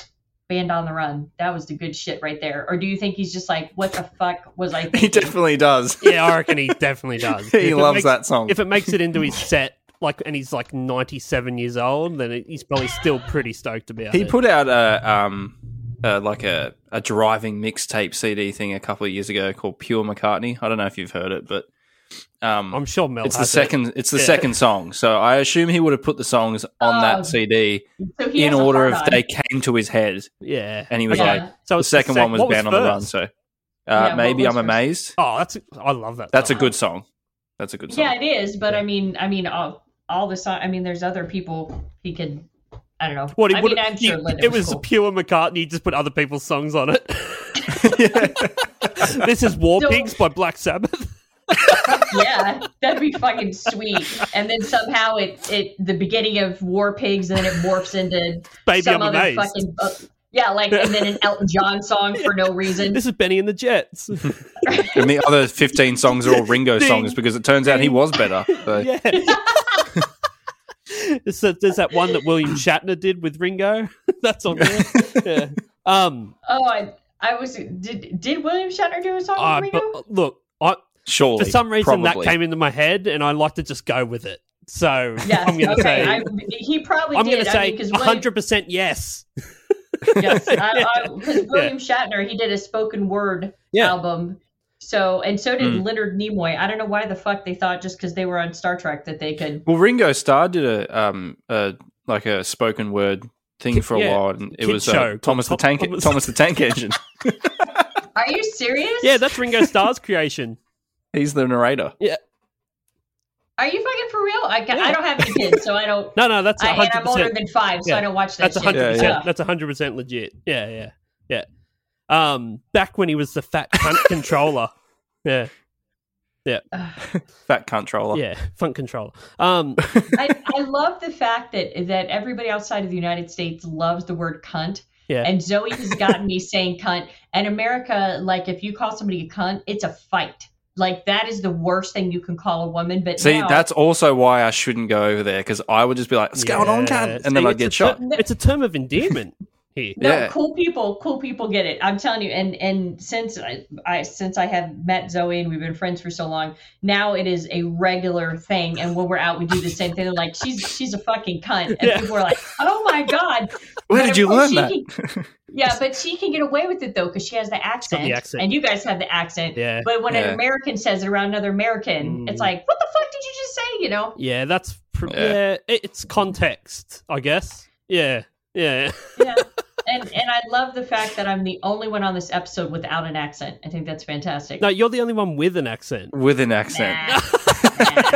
S4: band on the run, that was the good shit right there." Or do you think he's just like, "What the fuck was I
S3: he
S4: thinking?"
S3: definitely does.
S2: yeah, I reckon he definitely does.
S3: He
S2: If it
S3: loves
S2: makes-
S3: that song.
S2: If it makes it into his set, like, and he's like 97 years old, then it, he's probably still pretty stoked about
S3: He
S2: it.
S3: put out a um uh like a, a driving mixtape CD thing a couple of years ago called Pure McCartney. I don't know if you've heard it, but um,
S2: I'm sure Mel
S3: it's the
S2: has it.
S3: second it's the
S2: Yeah.
S3: second song. So I assume he would have put the songs on
S4: Oh,
S3: that CD
S4: So he
S3: in
S4: has a
S3: order
S4: hard on.
S3: of they came to his head,
S2: Yeah.
S3: and he was
S4: Okay.
S3: like,
S4: Yeah.
S2: So
S3: the
S2: it's
S3: second
S2: sec-
S3: one was
S2: what
S3: Band on the Run.
S2: first?
S3: So uh,
S4: Yeah, what
S3: maybe
S4: was
S3: I'm
S4: first?
S3: amazed.
S2: Oh, that's, I love that.
S3: That's a
S2: song.
S3: good song. That's a good song.
S4: Yeah, it is. But I mean, I mean, all, all the song. I mean, there's other people he could. I don't know.
S2: What he
S4: I
S2: would,
S4: mean, I'm sure
S2: you-
S4: Linda
S2: it was
S4: cool.
S2: pure McCartney. He just put other people's songs on it. this is War
S4: So-
S2: Pigs by Black Sabbath.
S4: yeah, that'd be fucking sweet. And then somehow it it the beginning of War Pigs, and then it morphs into
S2: Baby,
S4: some
S2: I'm
S4: other
S2: amazed.
S4: fucking. uh, yeah, like and then an Elton John song for no reason.
S2: This is Benny and the Jets.
S3: And the other 15 songs are all Ringo
S2: Ding.
S3: songs because it turns out he was better. So.
S2: yeah. there's, that, there's that one that William Shatner did with Ringo. That's on there. Yeah. Um,
S4: Oh, I I was did did William Shatner do a song
S2: I-
S4: with Oh, Ringo?
S2: Uh, but, look, I,
S3: Surely.
S2: for some reason
S3: probably.
S2: that came into my head, and I like to just go with it. So
S4: Yes.
S2: I'm going to
S4: okay.
S2: say.
S4: I,
S2: I'm-
S4: he probably
S2: going
S4: did.
S2: to say
S4: I mean, 'cause William-
S2: 100% yes.
S4: yes, because
S2: Yeah.
S4: William Shatner he did a spoken word
S2: Yeah. Mm.
S4: album. So and so did Leonard Nimoy. I don't know why the fuck they thought just because they were on Star Trek that they could.
S3: Well, Ringo Starr did a, um, a like a spoken word thing for a
S2: yeah,
S3: while, and it
S2: kid
S3: was
S2: show
S3: uh,
S2: called
S3: Thomas the
S2: Tom-
S3: Tank
S2: Thomas-
S3: Thomas. the Tank Engine.
S4: Are you serious?
S2: Yeah, that's Ringo Starr's creation.
S3: He's the narrator.
S4: Are you fucking for real? I, ca- I don't have any kids, so I don't.
S2: No, no, that's
S4: I,
S2: 100%.
S4: and I'm older than five, so
S2: Yeah.
S4: I don't watch that.
S2: That's a
S4: shit.
S2: hundred percent.
S3: Yeah, yeah.
S2: That's a hundred percent legit. Yeah, yeah, yeah. Um, back when he was the fat cunt controller. Yeah,
S3: Fat controller.
S2: yeah, funk controller. Um,
S4: I, I love the fact that that everybody outside of the United States loves the word cunt.
S2: Yeah.
S4: And Zoe has gotten me saying cunt. And America, like if you call somebody a cunt, it's a fight. Like that is the worst thing you can call a woman. But
S3: See,
S4: now-
S3: that's also why I shouldn't go over there because I would just be like, "What's going on,
S2: yeah.
S3: cunt?" and then
S2: See,
S3: I'd
S2: it's a
S3: get shot.
S2: ter- it's a term of endearment here.
S4: No,
S3: Yeah.
S4: cool people, cool people get it. I'm telling you. And and since I, I since I have met Zoe and we've been friends for so long, now it is a regular thing. And when we're out, we do the same thing. They're like, she's she's a fucking cunt, and
S2: Yeah.
S4: people are like, oh my god.
S3: Where
S4: But
S3: did you
S4: of course
S3: learn that?
S4: she can- yeah, but she can get away with it though because she has the accent,
S2: accent.
S4: and you guys have the accent.
S2: Yeah.
S4: But when an
S3: Yeah. Mm.
S4: American says it around another American, it's like, what the fuck did you just say? You know.
S2: Yeah, that's pr- yeah.
S3: Yeah.
S2: it- It's context, I guess. Yeah, yeah.
S4: yeah. And and I love the fact that I'm the only one on this episode without an accent. I think that's fantastic.
S2: No, you're the only one with an accent.
S3: With an accent.
S4: Nah.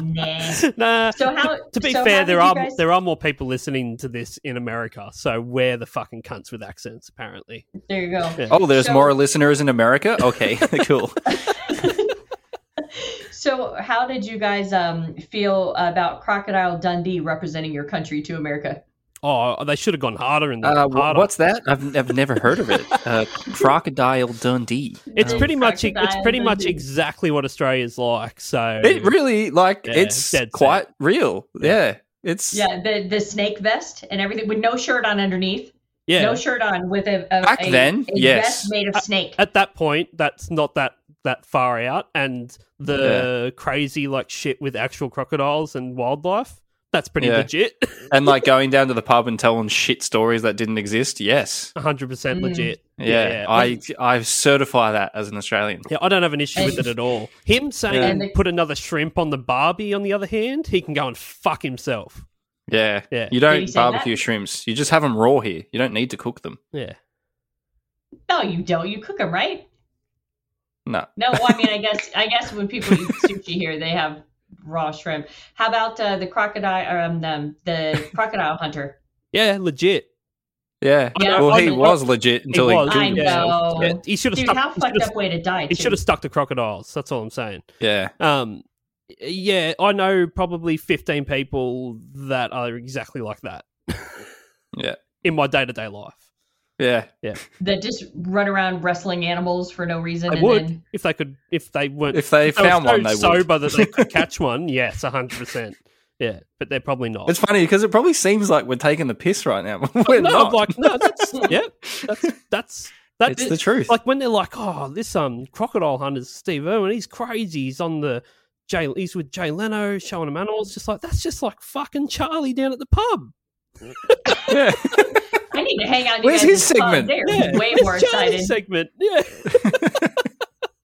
S4: Nah. Nah.
S2: Nah.
S4: So how
S2: to be
S4: so how
S2: fair,
S4: did
S2: there
S4: you
S2: are
S4: guys-
S2: there are more people listening to this in America, so we're the fucking cunts with accents, apparently.
S4: there you go.
S3: Oh, there's
S4: So-
S3: more listeners in America? Okay, cool.
S4: So how did you guys um feel about Crocodile Dundee representing your country to America?
S2: Oh, they should have gone harder in the
S3: Uh, wh-
S2: harder.
S3: what's that? I've, I've never heard of it. Uh, Crocodile Dundee.
S2: It's pretty much e-, it's
S4: Crocodile
S2: pretty much
S4: Dundee.
S2: exactly what Australia's like. So
S3: It really, like,
S2: Yeah, it's
S3: it's
S2: dead set.
S3: quite real. Yeah. It's
S4: Yeah, the the snake vest and everything with no shirt on underneath.
S2: yeah,
S4: No shirt on with a, a
S3: Back
S4: a-
S3: then,
S4: a
S3: yes.
S4: vest made of snake.
S2: at that point, that's not that that far out, and the crazy like shit with actual crocodiles and wildlife. That's pretty
S3: Yeah.
S2: legit.
S3: And, like, going down to the pub and telling shit stories that didn't exist. Yes.
S2: hundred percent
S4: Mm.
S2: legit.
S3: Yeah.
S2: I
S3: I, I certify that as an Australian.
S2: yeah, I don't have an issue with it
S4: And-
S2: at all. Him saying
S4: And the-
S2: put another shrimp on the Barbie. On the other hand, he can go and fuck himself.
S3: Yeah.
S2: Yeah.
S3: You
S4: he say
S3: don't
S4: that?
S3: barbecue shrimps. You just have them raw here. You don't need to cook them.
S2: Yeah,
S4: No, you don't. You cook them, right?
S3: No.
S4: No, well, I mean, I guess I guess when people eat sushi here, they have raw shrimp. How about uh, the crocodile or um, the, the crocodile hunter?
S2: yeah, legit.
S3: Yeah.
S4: Yeah.
S3: well, he
S4: I-
S3: was legit until he,
S2: was,
S3: killed
S4: I
S3: himself.
S4: know,
S2: Yeah, he should have
S4: dude.
S2: stuck.
S4: how
S2: he
S4: fucked
S2: should've-
S4: up way to die.
S2: It should
S4: too.
S2: have stuck to crocodiles. That's all I'm saying.
S3: Yeah.
S2: Um, yeah, I know probably 15 people that are exactly like that
S3: Yeah.
S2: in my day to day life.
S3: Yeah.
S4: that just run around wrestling animals for no reason.
S2: They
S4: and
S2: would
S4: Then,
S2: if they could, if they weren't,
S3: If they
S2: were
S3: found
S2: so
S3: one, they would.
S2: sober that they could catch one. Yes, 100. percent Yeah, but they're probably not.
S3: It's funny because it probably seems like we're taking the piss right now. but We're
S2: no,
S3: not.
S2: I'm like no, that's yeah, that's that's that's
S3: it's the truth.
S2: like when they're like, oh, this um crocodile hunter's Steve Irwin, he's crazy. He's on the Jay, he's with Jay Leno showing him animals. Just like that's just like fucking Charlie down at the pub.
S3: yeah.
S4: I need to hang out.
S3: Where's
S4: you guys
S3: his
S4: in the pub.
S3: segment?
S4: They're
S2: Yeah,
S4: way
S2: it's
S4: more
S2: Charlie's
S4: excited.
S2: segment. Yeah,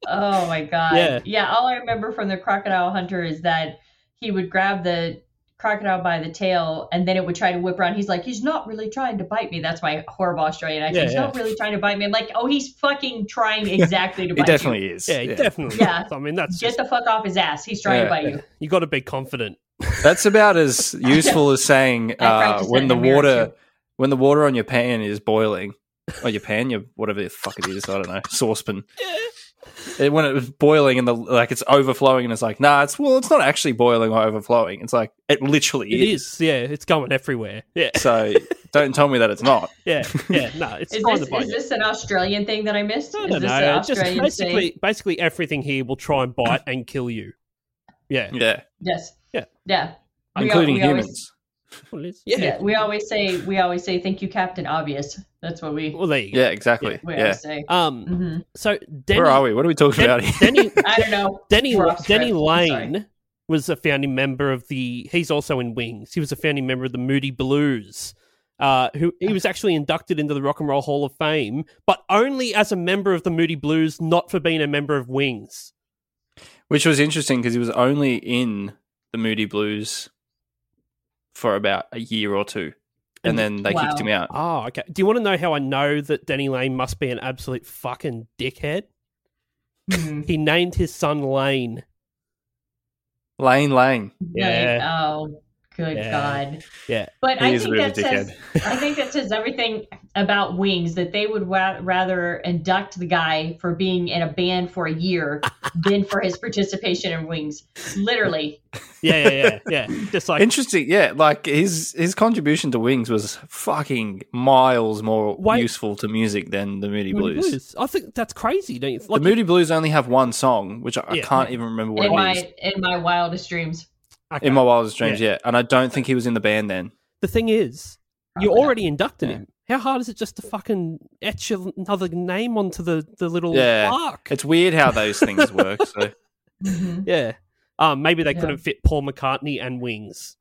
S4: Oh my god.
S2: Yeah.
S4: all I remember from the crocodile hunter is that he would grab the crocodile by the tail and then it would try to whip around. He's like, he's not really trying to bite me. That's my horrible Australian accent.
S2: Yeah,
S4: he's
S2: yeah.
S4: not really trying to bite me. I'm like, oh, he's fucking trying exactly to
S3: He
S4: bite you.
S3: definitely is.
S2: yeah, definitely.
S4: Yeah.
S2: is. I mean, that's
S4: Get
S2: just
S4: the fuck off his ass. He's trying to
S3: Yeah.
S4: bite you.
S2: you got to be confident.
S3: That's about as useful as saying uh,
S4: practiced that
S3: when
S4: in
S3: the
S4: the mirror,
S3: water
S4: too.
S3: when the water on your pan is boiling. Or your pan, your whatever the fuck it is, I don't know, saucepan. It, when it was boiling and the like, it's overflowing, and it's like, nah, it's well, it's not actually boiling or overflowing. It's like it literally
S2: It
S3: is.
S2: is. Yeah, it's going everywhere. Yeah,
S3: So don't tell me that it's not.
S2: yeah, yeah. No, it's
S4: Is
S2: trying
S4: this
S2: to bite
S4: is
S2: you.
S4: this an Australian thing that I missed?
S2: I
S4: is
S2: don't
S4: this
S2: know.
S4: an
S2: Just
S4: Australian
S2: basically,
S4: thing?
S2: basically everything here will try and bite and kill you. Yeah,
S3: Yeah,
S4: Yes.
S2: Yeah.
S4: Yeah. We al-
S3: including
S4: we always-
S3: humans.
S2: Well, it's-
S4: Yeah. we always say we always say thank you, Captain Obvious. That's what we
S2: Well, there you go.
S3: Yeah, exactly.
S4: we
S3: yeah.
S4: always say.
S2: Um,
S4: hmm
S2: so Denny,
S3: Where are we? What are we talking
S2: Den-
S3: about here?
S2: Denny,
S4: I don't know.
S2: Denny,
S4: We're off
S2: Denny
S4: script. I'm sorry.
S2: Lane was a founding member of the. He's also in Wings. He was a founding member of the Moody Blues. Uh, who he was actually inducted into the Rock and Roll Hall of Fame, but only as a member of the Moody Blues, not for being a member of Wings.
S3: Which was interesting because he was only in the Moody Blues for about a year or two, and then they
S4: Wow.
S3: kicked him out.
S2: Oh, okay. Do you want to know how I know that Denny Lane must be an absolute fucking dickhead?
S4: Hmm.
S2: He named his son Lane.
S3: Lane Lane.
S4: Right.
S2: Yeah.
S4: Oh, good
S2: Yeah.
S4: God.
S2: Yeah.
S4: But
S3: He
S4: I
S3: is a
S4: think
S3: bit of a
S4: that says I think that says everything about Wings that they would ra- rather induct the guy for being in a band for a year than for his participation in Wings. Literally.
S2: Yeah, yeah, yeah, yeah. Just like
S3: Interesting, yeah. Like his his contribution to Wings was fucking miles more
S2: Wait.
S3: useful to music than the Moody,
S2: Moody
S3: Blues.
S2: Blues. I think that's crazy, don't you?
S3: The
S2: Like,
S3: Moody Blues only have one song, which I, I
S2: Yeah.
S3: can't even remember what
S4: in
S3: it is.
S4: my in my wildest dreams.
S2: okay.
S3: In my wildest dreams,
S2: Yeah.
S3: yeah. And I don't think he was in the band then.
S2: the thing is, you already inducted him. How hard is it just to fucking etch another name onto the, the little
S3: Yeah.
S2: plaque?
S3: It's weird how those things work. So
S2: Yeah. Um, maybe they
S4: Yeah.
S2: couldn't fit Paul McCartney and Wings.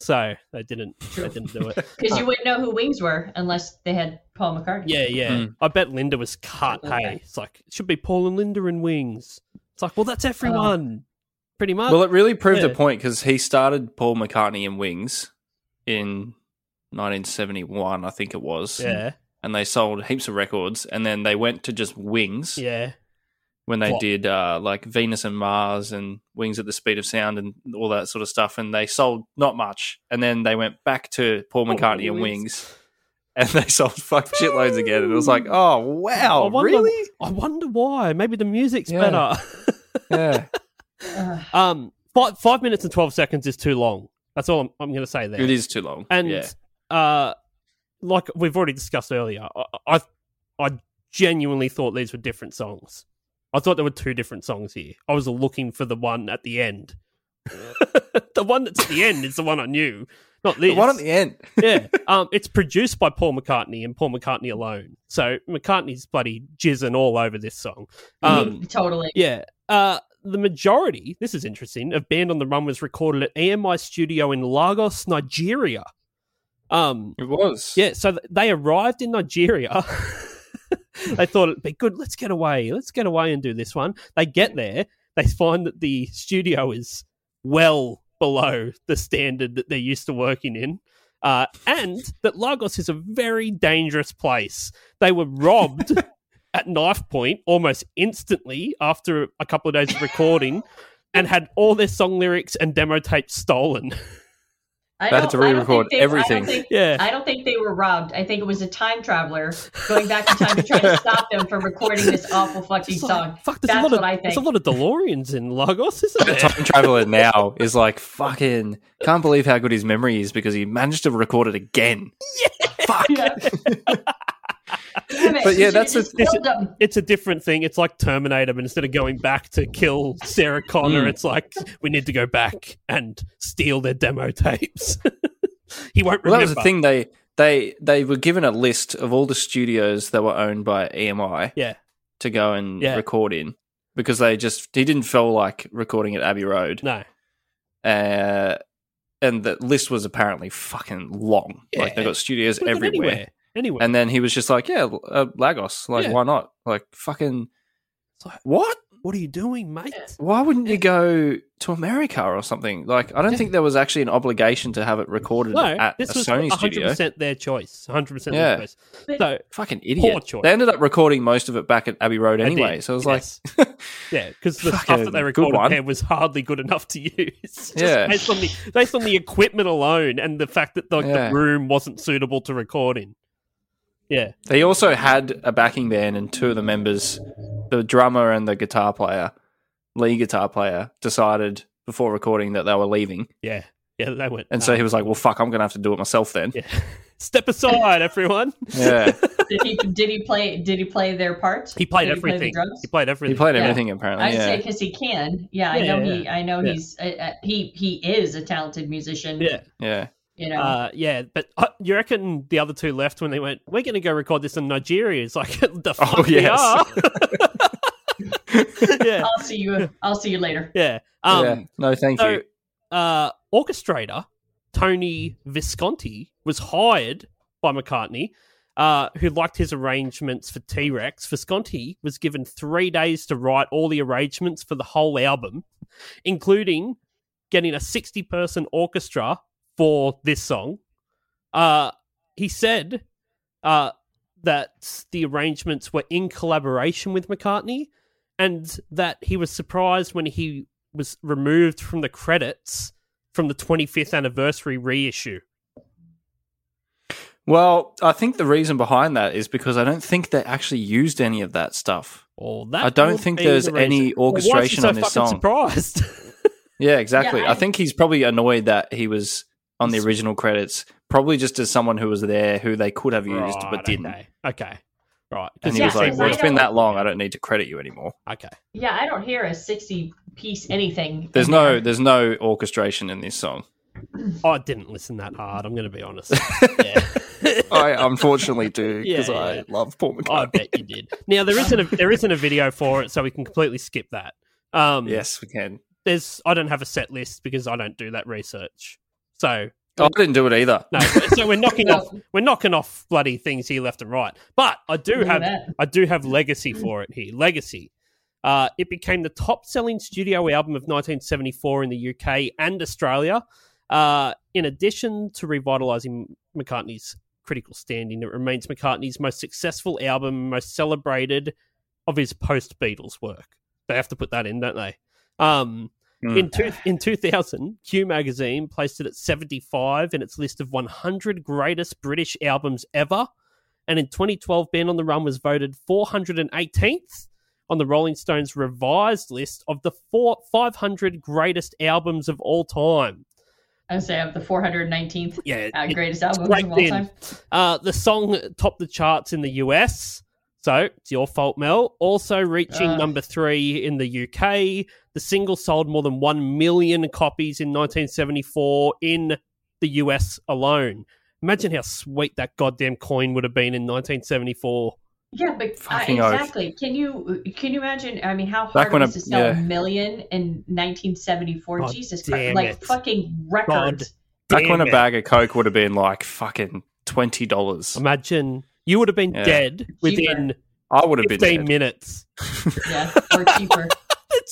S2: So they didn't they didn't do it.
S4: Because you wouldn't know who Wings were unless they had Paul McCartney.
S2: Yeah, yeah.
S3: Hmm.
S2: I bet Linda was cut, hey.
S4: Okay.
S2: It's like it should be Paul and Linda and Wings. It's like, well that's
S4: Oh.
S2: everyone. pretty much.
S3: well, it really proved a
S2: Uh, Yeah.
S3: point because he started Paul McCartney in Wings in 1971, I think it was.
S2: yeah.
S3: And they sold heaps of records, and then they went to just Wings
S2: Yeah.
S3: when they
S2: Flop.
S3: did uh, like Venus and Mars and Wings at the Speed of Sound and all that sort of stuff, and they sold not much. And then they went back to Paul McCartney and Wings, and they sold fuck shitloads again. And it was like, oh wow,
S2: I wonder,
S3: really?
S2: I wonder why. Maybe the music's
S3: Yeah.
S2: better.
S3: Yeah.
S4: Ugh.
S2: Um five five minutes and twelve seconds is too long. That's all I'm, I'm gonna say there.
S3: It is too long.
S2: And
S3: yeah.
S2: uh, like we've already discussed earlier, I, I I genuinely thought these were different songs. I thought there were two different songs here. I was looking for the one at the end. the one that's at the end is the one I knew, not this.
S3: the one at the end.
S2: yeah, um, it's produced by Paul McCartney and Paul McCartney alone. So McCartney's bloody jizzing all over this song.
S3: Mm.
S2: Um,
S4: totally.
S2: yeah. Uh, the majority, this is interesting, of Band on the Run was recorded at AMI Studio in Lagos, Nigeria. Um,
S3: It was.
S2: yeah, so th- they arrived in Nigeria. they thought it'd be good, let's get away, let's get away and do this one. They get there, they find that the studio is well below the standard that they're used to working in. Uh, and that Lagos is a very dangerous place. They were robbed at knife point almost instantly after a couple of days of recording and had all their song lyrics and demo tapes stolen.
S4: I
S3: They had
S4: don't-
S3: to
S4: I don't
S3: re-record
S4: think they- I don't
S3: everything.
S4: think-
S2: Yeah.
S4: I don't think they were robbed. I think it was a time traveler going back in time to try to stop them from recording this awful fucking
S2: It's like,
S4: song.
S2: Fuck, there's
S4: That's
S2: a lot
S4: what
S2: of
S4: I
S2: there's
S4: think.
S2: a lot of DeLoreans in Lagos, isn't
S3: The
S2: there?
S3: time traveler now is like fucking can't believe how good his memory is because he managed to record it again. Fuck.
S4: Damn it,
S3: But
S4: we
S3: yeah,
S4: should've
S3: that's
S4: just
S2: the-
S4: killed them.
S2: It's a different thing. It's like Terminator, but instead of going back to kill Sarah Connor,
S3: Mm.
S2: it's like we need to go back and steal their demo tapes. he won't remember.
S3: Well, that was the thing they they they were given a list of all the studios that were owned by EMI
S2: Yeah,
S3: to go and
S2: Yeah.
S3: record in because they just he didn't feel like recording at Abbey Road,
S2: no,
S3: uh, and the list was apparently fucking long. Like they
S2: Yeah.
S3: got studios
S2: Put it
S3: everywhere.
S2: anywhere, anywhere.
S3: and then he was just like, "Yeah, uh, Lagos, like
S2: Yeah.
S3: why not? Like fucking
S2: It's like,
S3: what?
S2: what are you doing, mate?
S3: Why wouldn't you go to America or something? Like I don't think there was actually an obligation to have it recorded
S2: No,
S3: at
S2: this
S3: a
S2: was
S3: Sony
S2: 100%
S3: studio.
S2: their choice. 100%
S3: Yeah.
S2: their choice. So
S3: Fucking idiot.
S2: choice.
S3: They ended up recording most of it back at Abbey Road
S2: I did,
S3: anyway. So it was
S2: yes.
S3: like,
S2: Yeah, because the stuff
S3: Fucking
S2: that they
S3: good
S2: recorded
S3: one.
S2: there was hardly good enough to use. Just
S3: Yeah.
S2: based on the based on the equipment alone and the fact that like,
S3: Yeah.
S2: the room wasn't suitable to record in. Yeah,
S3: they also had a backing band and two of the members, the drummer and the guitar player, lead guitar player, decided before recording that they were leaving.
S2: yeah, yeah. They went
S3: And
S2: "Nah."
S3: so he was like, well, fuck, I'm going to have to do it myself then.
S2: yeah. step aside, everyone.
S3: Yeah.
S4: Did he, did he play? Did he play their parts?
S2: He played
S4: Did play the
S2: everything.
S4: drums?
S2: he played everything.
S3: he played
S4: Yeah.
S3: everything apparently.
S4: I
S3: yeah.
S4: say because he can. Yeah, I
S2: Yeah,
S4: know
S2: yeah,
S4: he. I know
S2: Yeah.
S4: he's. Uh, uh, he he is a talented musician.
S2: Yeah,
S3: yeah.
S4: You know.
S2: uh, yeah. But uh, you reckon the other two left when they went? We're going to go record this in Nigeria. It's like the fuck we
S3: Oh, yes.
S2: are. yeah,
S4: I'll see you. I'll see you later.
S2: yeah. Um,
S3: yeah. No, thank
S2: so,
S3: you.
S2: uh, orchestrator Tony Visconti was hired by McCartney, uh, who liked his arrangements for T Rex. Visconti was given three days to write all the arrangements for the whole album, including getting a 60 person orchestra for this song. Uh, he said uh, that the arrangements were in collaboration with McCartney and that he was surprised when he was removed from the credits from the 25th anniversary reissue.
S3: Well, I think the reason behind that is because I don't think they actually used any of that stuff.
S2: Well, that
S3: I don't
S2: would
S3: think
S2: be
S3: there's
S2: the reason.
S3: any
S2: Well, why is he
S3: orchestration
S2: so
S3: on this
S2: fucking
S3: song.
S2: Surprised.
S3: Yeah, exactly.
S4: Yeah,
S3: I,
S4: I-
S3: think he's probably annoyed that he was on the original credits, probably just as someone who was there who they could have used but
S2: Right,
S3: didn't.
S2: Okay, okay. right. 'Cause
S3: And he
S4: Yeah,
S3: was like,
S4: because
S3: "Well,
S4: I
S3: it's been
S4: don't-
S3: that long. I don't need to credit you anymore."
S2: okay,
S4: Yeah, I don't hear a sixty-piece anything.
S3: There's
S4: in
S3: no,
S4: there.
S3: there's no orchestration in this song.
S2: Oh, I didn't listen that hard. I'm going to be honest. yeah.
S3: I unfortunately do because
S2: Yeah,
S3: I
S2: yeah.
S3: love Paul
S2: I
S3: McCartney.
S2: bet you did. Now there isn't a there isn't a video for it, so we can completely skip that. Um,
S3: yes, we can.
S2: there's I don't have a set list because I don't do that research. So
S3: Oh, I didn't do it either.
S2: no, so we're knocking off
S4: No.
S2: we're knocking off bloody things here left and right. But I do
S4: Look at
S2: have
S4: that.
S2: I do have legacy for it here. Legacy. Uh, it became the top selling studio album of 1974 in the UK and Australia. Uh, in addition to revitalizing McCartney's critical standing, it remains McCartney's most successful album, most celebrated of his post Beatles work. They have to put that in, don't they? Um,
S3: Hmm.
S2: in, two, in 2000, Q Magazine placed it at 75 in its list of 100 greatest British albums ever. And in 2012, Band on the Run was voted 418th on the Rolling Stones revised list of the four, 500 greatest albums of all time.
S4: I say I have the 419th
S2: Yeah,
S4: uh,
S2: it-
S4: greatest
S2: it's
S4: album
S2: ranked
S4: of all
S2: in.
S4: time.
S2: Uh, the song topped the charts in the US, so it's your fault, Mel. Also reaching
S4: Uh.
S2: number three in the UK. The single sold more than one million copies in 1974 in the US alone. Imagine how sweet that goddamn coin would have been in 1974.
S4: Yeah, but uh,
S3: Fucking oath.
S4: exactly. Can you can you imagine? I mean, how hard
S3: Back
S4: it
S3: when
S4: was
S3: I-
S4: to sell a
S3: yeah.
S4: million in 1974?
S2: God
S4: Jesus
S2: damn
S4: Christ! Like
S2: it.
S4: fucking records.
S3: Back
S2: Damn
S3: when a
S2: it.
S3: bag of Coke would have been like fucking twenty dollars,
S2: Imagine you would have been
S3: Yeah.
S2: dead within
S3: I would have been.
S2: 15
S3: dead.
S2: minutes.
S4: Yeah, or cheaper.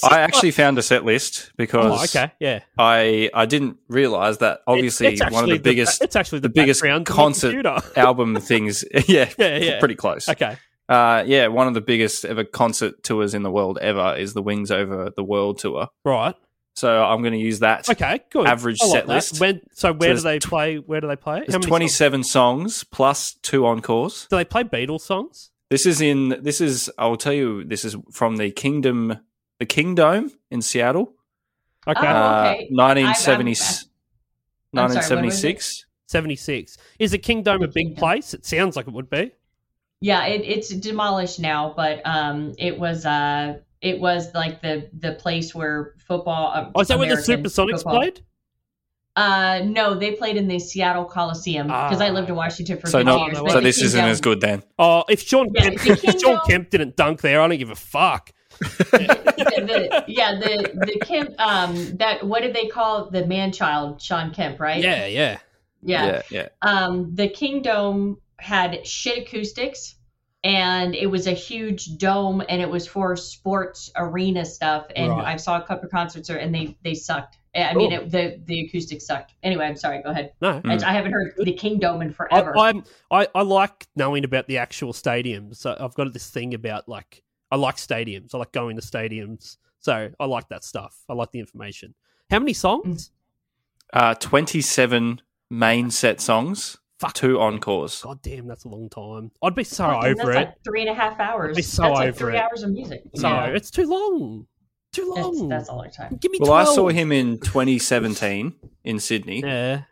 S3: I actually found a set list
S2: Oh,
S3: because
S2: okay, yeah.
S3: I I didn't realize that obviously
S2: It's- it's
S3: one of the
S2: actually
S3: biggest
S2: it's actually
S3: the biggest
S2: background to the
S3: concert
S2: computer.
S3: album things. yeah,
S2: Yeah, yeah.
S3: pretty close.
S2: Okay.
S3: Uh, yeah, one of the biggest ever concert tours in the world ever is the Wings Over the World tour.
S2: Right.
S3: So I'm going to use that.
S2: Okay, good.
S3: average
S2: I like
S3: set
S2: that.
S3: list.
S2: When, so where do
S3: there's
S2: they
S3: tw-
S2: play? Where do they play? it? How
S3: There's
S2: many
S3: 27 songs plus two encores.
S2: songs? Do they play Beatles songs?
S3: This is in this is I'll tell you this is from the Kingdom the Kingdom in Seattle.
S2: Okay,
S4: Oh.
S3: Uh,
S4: okay. I'm- I'm
S3: 1970,
S4: back. I'm sorry, when was it?
S3: 1976.
S2: seventy-six. Is the Kingdome a big place? It sounds like it would be.
S4: Yeah, it, it's demolished now, but um, it was uh, it was like the the place where football. Uh,
S2: Oh, is that where the
S4: American
S2: Supersonics
S4: football-
S2: played?
S4: Uh, no, they played in the Seattle Coliseum because I
S2: Ah.
S4: lived in Washington for
S3: so
S4: 50
S3: not,
S4: years.
S2: no
S4: but
S3: so
S4: the
S3: this isn't
S4: Kingdom-
S3: as good then.
S2: Oh, if Sean
S4: Yeah,
S2: Kemp,
S4: the
S2: if Sean
S4: Kingdome-
S2: Kemp didn't dunk there, I don't give a fuck.
S4: the, yeah, the the Kemp. Um, that what did they call the man child Sean Kemp? Right?
S2: Yeah, yeah.
S4: yeah.
S3: yeah. yeah.
S4: Um, the Kingdome had shit acoustics, and it was a huge dome, and it was for sports arena stuff. And
S2: Right.
S4: I saw a couple of concerts there, and they they sucked. I mean,
S2: Cool.
S4: it, the the acoustics sucked. Anyway, I'm sorry. Go ahead.
S2: No,
S4: I, I haven't heard the Kingdome in
S2: I,
S4: forever.
S2: I'm, I I like knowing about the actual stadiums. So I've got this thing about like I like stadiums. I like going to stadiums. So I like that stuff. I like the information. How many
S4: Mm.
S2: songs?
S3: Uh, 27 main set songs,
S2: Fuck.
S3: two encores.
S2: God damn, that's a long time. I'd be so
S4: Fucking, that's
S2: over it.
S4: Like three and a half
S2: I'd
S4: hours.
S2: be so
S4: that's like
S2: over
S4: three
S2: it.
S4: hours of music.
S2: So
S4: Yeah.
S2: it's too long. Too
S4: that's,
S2: long.
S4: that's a long time.
S2: Give me
S3: Well,
S2: 12.
S3: I saw him in 2017 in Sydney,
S2: Yeah.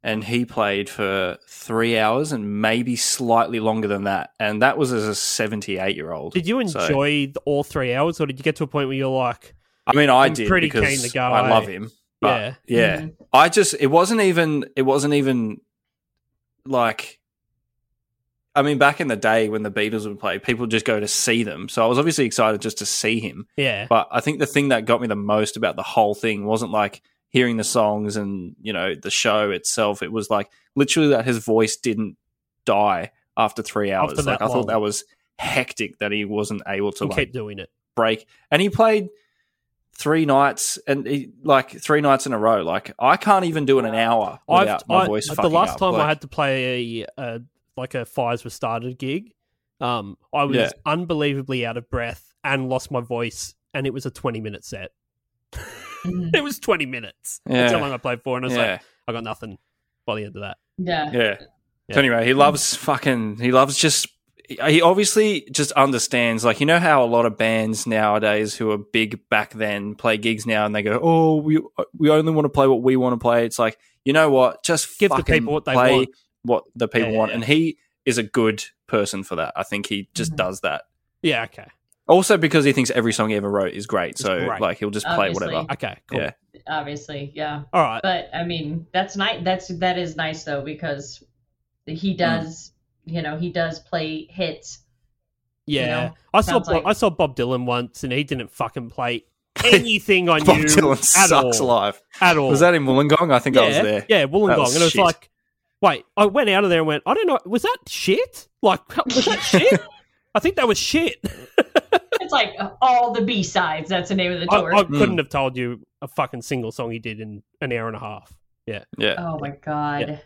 S3: and he played for three hours and maybe slightly longer than that. And that was as a 78 year old.
S2: Did you enjoy the, all three hours, or did you get to a point where you're like,
S3: I mean, I
S2: I'm
S3: did
S2: pretty
S3: because
S2: keen to go,
S3: I
S2: eh?
S3: love him. But
S2: Yeah. Mm-hmm.
S3: yeah, yeah.
S4: Mhm.
S3: I just it wasn't even it wasn't even like. I mean, back in the day when the Beatles would play, people just go to see them. So I was obviously excited just to see him.
S2: yeah,
S3: But I think the thing that got me the most about the whole thing wasn't like hearing the songs and, you know, the show itself. It was like literally that his voice didn't die after three hours.
S2: After
S3: like
S2: that
S3: I
S2: long.
S3: thought that was hectic that he wasn't able to
S2: and
S3: like
S2: keep doing it?
S3: break. And he played three nights and he, like three nights in a row. Like I can't even do it an hour without my
S2: I-
S3: voice.
S2: the
S3: fucking
S2: last
S3: up.
S2: time I
S3: Like,
S2: had to play a, a like a fires were started gig, um, I was
S3: Yeah.
S2: unbelievably out of breath and lost my voice, and it was a twenty minute set.
S4: Mhm.
S2: It was twenty minutes. That's how
S3: yeah,
S2: long I played for, and I was
S3: yeah,
S2: like, I got nothing by the end of that.
S4: Yeah.
S3: yeah.
S2: Yeah.
S3: So anyway, he loves fucking. He loves just. He obviously just understands. Like you know how a lot of bands nowadays who are big back then play gigs now and they go, "Oh, we we only want to play what we want to play." It's like you know what, just
S2: Give the
S3: fucking
S2: people what they
S3: play
S2: want.
S3: what the people
S2: Yeah.
S3: want. And he is a good person for that. I think he just
S4: Mhm.
S3: does that.
S2: Yeah. Okay.
S3: Also because he thinks every song he ever wrote is great, so
S2: great.
S3: like he'll just play
S4: Obviously.
S3: whatever.
S2: Okay. Cool.
S3: Yeah.
S4: Obviously, yeah.
S2: All right.
S4: But I mean, that's nice. That's that is nice though because
S2: Hmm.
S4: He does, you know, he does play hits.
S2: Yeah,
S4: know,
S2: I saw
S4: sounds
S2: Bob,
S4: like-
S2: I saw Bob Dylan once, and he didn't fucking play anything on
S3: Bob
S2: you
S3: Dylan
S2: at
S3: sucks
S2: all.
S3: live.
S2: At all
S3: Was that in Wollongong? I think
S2: yeah,
S3: I was there.
S2: Yeah, Wollongong,
S3: That was
S2: and it was
S3: shit.
S2: like, wait, I went out of there and went, I don't know, was that shit? Like, was that shit? I think that was shit.
S4: It's like uh, all the B sides. That's the name of the
S2: I,
S4: tour.
S2: I
S3: Hmm.
S2: couldn't have told you a fucking single song he did in an hour and a half. Yeah,
S3: Yeah.
S4: oh my god.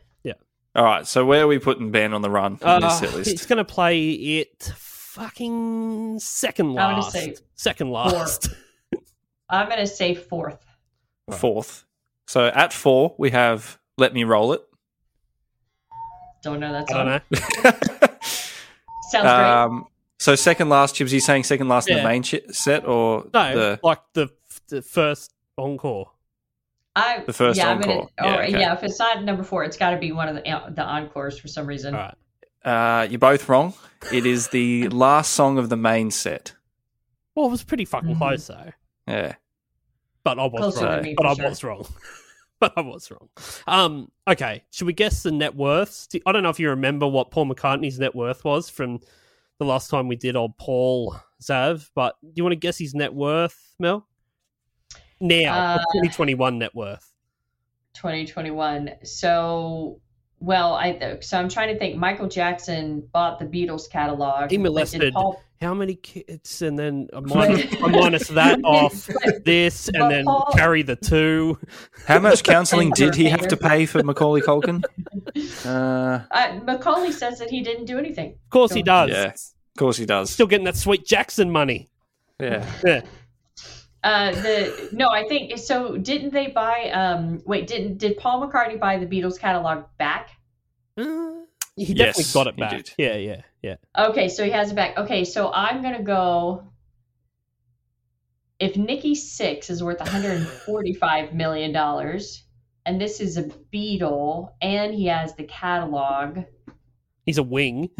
S3: All right. So where are we putting Band on the Run from this set
S2: Uh, he's
S3: list?
S2: gonna play it fucking second
S4: I'm gonna
S2: last.
S4: say
S2: second last.
S4: I'm gonna say fourth.
S3: Fourth. So at four we have Let Me Roll It.
S4: Don't know that
S2: I don't
S4: song.
S2: know.
S4: Sounds great.
S3: Um, so second last, Chibsy saying second last in
S2: Yeah.
S3: the main shi set or
S2: No,
S3: the
S2: like the, the first encore.
S4: I
S3: the first
S4: yeah, I'm
S3: encore.
S4: gonna,
S3: Yeah,
S4: or-
S3: okay.
S4: yeah, if it's not number four, it's got to be one of the the encores for some reason.
S2: All right.
S3: uh, you're both wrong. It is the last song of the main set.
S2: Well, it was pretty fucking
S4: Mhm.
S2: close though.
S3: Yeah.
S2: But I was
S4: Closer
S2: wrong.
S4: than me,
S2: but
S4: for
S2: I
S4: sure.
S2: was wrong. but I was wrong. Um, okay, should we guess the net worths? Do- I don't know if you remember what Paul McCartney's net worth was from the last time we did old Paul Zav, but do you want to guess his net worth, Mel? Now,
S4: Uh,
S2: the 2021 net worth.
S4: 2021. So, well, I so I'm trying to think. Michael Jackson bought the Beatles catalog.
S2: He
S4: but did
S2: molested
S4: Paul,
S2: How many kids? And then a minus, a minus that off this, and
S4: But
S2: then
S4: Paul-
S2: carry the two.
S3: How much counselling did he have to pay for Macaulay Culkin? Uh,
S4: uh, Macaulay says that he didn't do anything.
S2: Of course he does.
S3: yeah. Of course he does.
S2: Still getting that sweet Jackson money.
S3: Yeah.
S2: Yeah.
S4: Uh, the no, I think so. Didn't they buy? Um, wait, didn't did Paul McCartney buy the Beatles catalog back?
S2: He
S3: Yes,
S2: definitely got it
S3: he
S2: back.
S3: did.
S2: Yeah, yeah, yeah.
S4: Okay, so he has it back. Okay, so I'm gonna go. If Nikki Six is worth 145 million dollars, and this is a Beatle, and he has the catalog,
S2: He's a wing.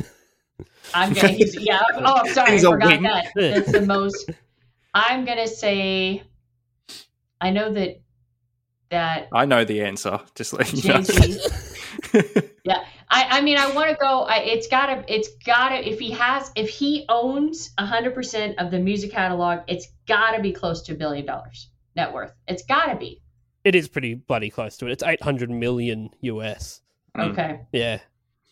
S4: I'm gonna. He's, yeah. I'm- Oh, I'm sorry,
S3: He's
S4: I
S3: a
S4: forgot
S3: wing.
S4: that. That's the most. I'm gonna say. I know that that
S3: I know the answer. Just let you know.
S4: Jay-Z. yeah, I, I mean, I want to go. I, it's gotta, it's gotta. If he has, if he owns hundred percent of the music catalog, it's gotta be close to a billion dollars net worth. It's gotta be.
S2: It is pretty bloody close to it. It's 800 million US.
S3: Mm.
S4: Okay.
S2: Yeah.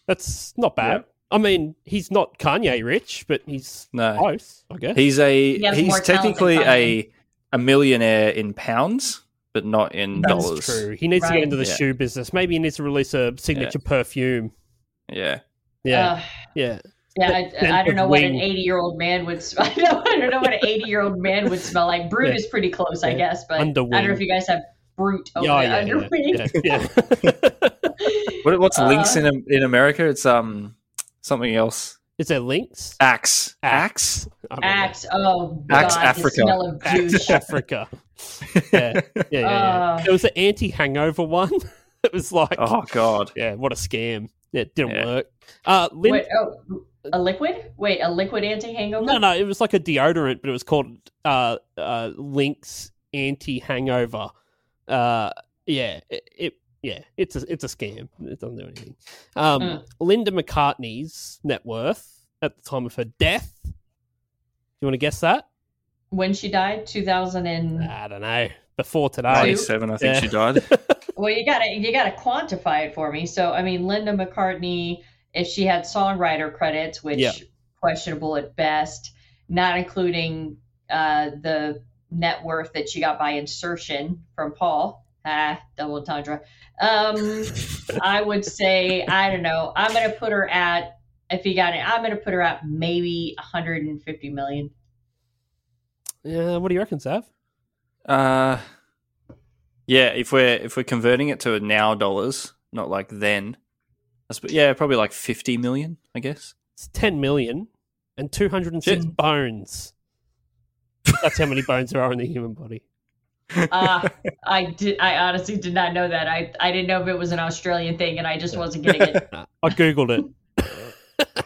S2: That's not bad.
S3: Yeah.
S2: I mean, he's not Kanye rich, but he's
S3: No.
S2: close, I guess.
S3: He's a
S4: He has more talent
S3: he's
S4: than
S3: technically
S4: Kanye.
S3: a a millionaire in pounds, but not in
S2: That's
S3: dollars.
S2: true. He needs to
S4: Right.
S2: get into the
S3: Yeah.
S2: shoe business. Maybe he needs to release a signature perfume.
S3: Yeah.
S2: Yeah.
S4: Uh,
S2: yeah.
S4: yeah.
S2: The
S4: I, I
S2: scent
S4: don't
S2: of
S4: know what an
S2: wing.
S4: eighty-year-old man would. sm- I don't, I don't know what an eighty-year-old man would smell like. Brute
S2: Yeah.
S4: is pretty close, I
S2: Yeah.
S4: guess, but I don't
S2: Underwing.
S4: know if you guys have brute over
S2: Yeah,
S4: there.
S2: yeah, yeah,
S4: Underwing.
S2: yeah, yeah.
S3: What, what's
S4: Uh,
S3: links in in America? It's um something else.
S2: is there links?
S3: Axe.
S2: Axe. I don't know.
S4: Axe. Oh
S3: Axe
S4: God,
S3: Africa.
S4: The smell of
S2: Axe
S4: juice.
S2: Africa. Yeah. Yeah, yeah, yeah.
S4: Ah, Uh.
S2: there was an anti hangover one. it was like,
S3: Oh God.
S2: yeah, what a scam. It didn't
S3: Yeah.
S2: work. Uh, Lin-
S4: Wait, oh, a liquid? Wait, a liquid anti-hangover?
S2: No, no, it was like a deodorant, but it was called uh, uh, Lynx Anti Hangover. Uh, yeah, it, it yeah, it's a it's a scam. It doesn't do anything. Um,
S4: Mm.
S2: Linda McCartney's net worth at the time of her death. Do you want to guess that?
S4: When she died, 2000 and
S2: I don't know. Before
S3: Ninety
S2: today,
S3: seven, I think
S2: Yeah.
S3: she died.
S4: well, you gotta you gotta quantify it for me. So, I mean, Linda McCartney, if she had songwriter credits, which
S2: Yeah.
S4: questionable at best, not including uh, the net worth that she got by insertion from Paul. Ah, double entendre. Um, I would say I don't know. I'm gonna put her at if you got it. I'm gonna put her at maybe 150 million.
S2: yeah. What do you reckon, Sav?
S3: Uh yeah, if we're if we're converting it to now dollars, not like then. I suppose, yeah, probably like fifty million, I guess.
S2: It's ten million and two hundred and six bones. That's how many bones there are in the human body.
S4: Uh, I did. I honestly did not know that. I I didn't know if it was an Australian thing, and I just wasn't getting it.
S2: I googled it.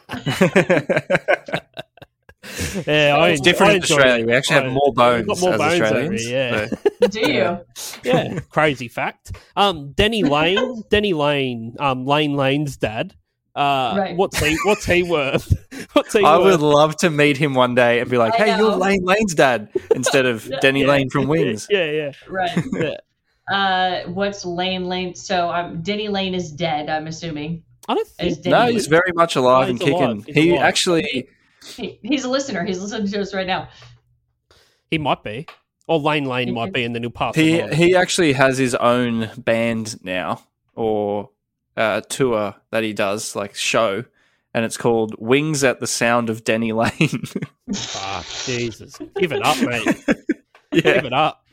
S2: Yeah, I,
S3: It's different
S2: I
S3: in
S2: enjoy
S3: Australia.
S2: it.
S3: We actually
S2: I-
S3: have more
S2: we've
S3: bones
S2: got more
S3: as
S2: bones over
S3: Australians.
S2: here, yeah.
S3: so-
S4: Do you?
S2: Yeah, crazy fact. Um, Denny Lane, Denny Lane, um, Lane Lane's dad, uh, Uh,
S4: Right.
S2: What's he? What's he worth? what's he
S3: I would
S2: worth?
S3: love to meet him one day and be like,
S4: I
S3: "Hey, you're
S4: know.
S3: Lane Lane's dad," instead of Denny Lane from Wings.
S2: Yeah, yeah.
S4: Right. Uh, what's Lane Lane? So um, Denny Lane is dead. I'm assuming.
S2: I don't
S4: Is
S2: think.
S4: Denny?
S3: No, he's very much alive
S2: No,
S3: and
S2: he's
S3: kicking.
S2: alive. He's
S3: he
S2: alive.
S3: actually,
S4: He- he's a listener. He's listening to us right now.
S2: He might be. Or Lane Lane might be, and then he'll pass
S3: he
S2: it on.
S3: he actually has his own band now, or uh, tour that he does, like show, and it's called Wings at the Sound of Denny Lane.
S2: Fuck, Ah, Jesus. Give it up, mate. Give
S3: yeah,
S2: it up.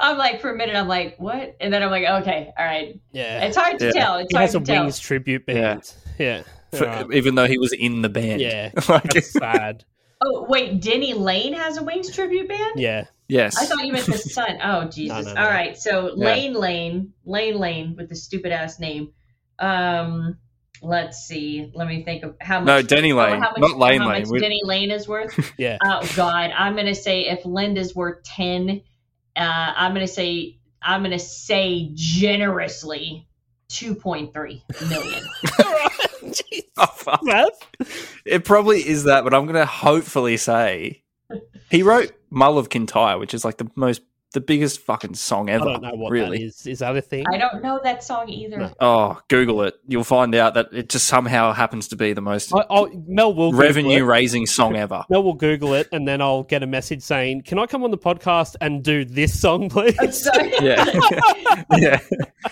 S4: I'm like for a minute. I'm like what? And then I'm like okay, all right.
S2: Yeah.
S4: It's hard to
S3: Yeah.
S4: tell. It's
S2: he
S4: hard
S2: has a
S4: to tell.
S2: Wings tribute band. Yeah.
S3: for-
S2: Alright.
S3: even though he was in the band.
S2: Yeah.
S3: Like-
S2: That's sad.
S4: Oh wait, Denny Lane has a Wings tribute band.
S2: Yeah.
S3: yes.
S4: I thought you meant the son. Oh Jesus!
S2: No, no, no.
S4: All right, so
S3: Yeah.
S4: Lane Lane, Lane Lane with the stupid ass name. Um, let's see. Let me think of how much.
S3: no, Denny
S4: oh,
S3: Lane,
S4: how much-
S3: not Lane
S4: how
S3: Lane.
S4: much
S3: We-
S4: Denny Lane is worth.
S2: Yeah.
S4: oh God, I'm gonna say if Linda's worth ten, uh, I'm gonna say I'm gonna say generously two point three million.
S3: Oh, fuck. It probably is that, but I'm going to hopefully say he wrote Mull of Kintyre, which is like the most, the biggest fucking song
S2: I
S3: ever.
S2: don't know what
S3: really.
S2: that is. Is that a thing?
S4: I don't know that song either.
S2: No.
S3: Oh, Google it. You'll find out that it just somehow happens to be the most
S2: I, I'll, Mel will Google
S3: revenue
S2: it.
S3: raising song ever.
S2: Mel will Google it, and then I'll get a message saying, "Can I come on the podcast and do this song, please?"
S4: I'm sorry.
S3: Yeah. yeah.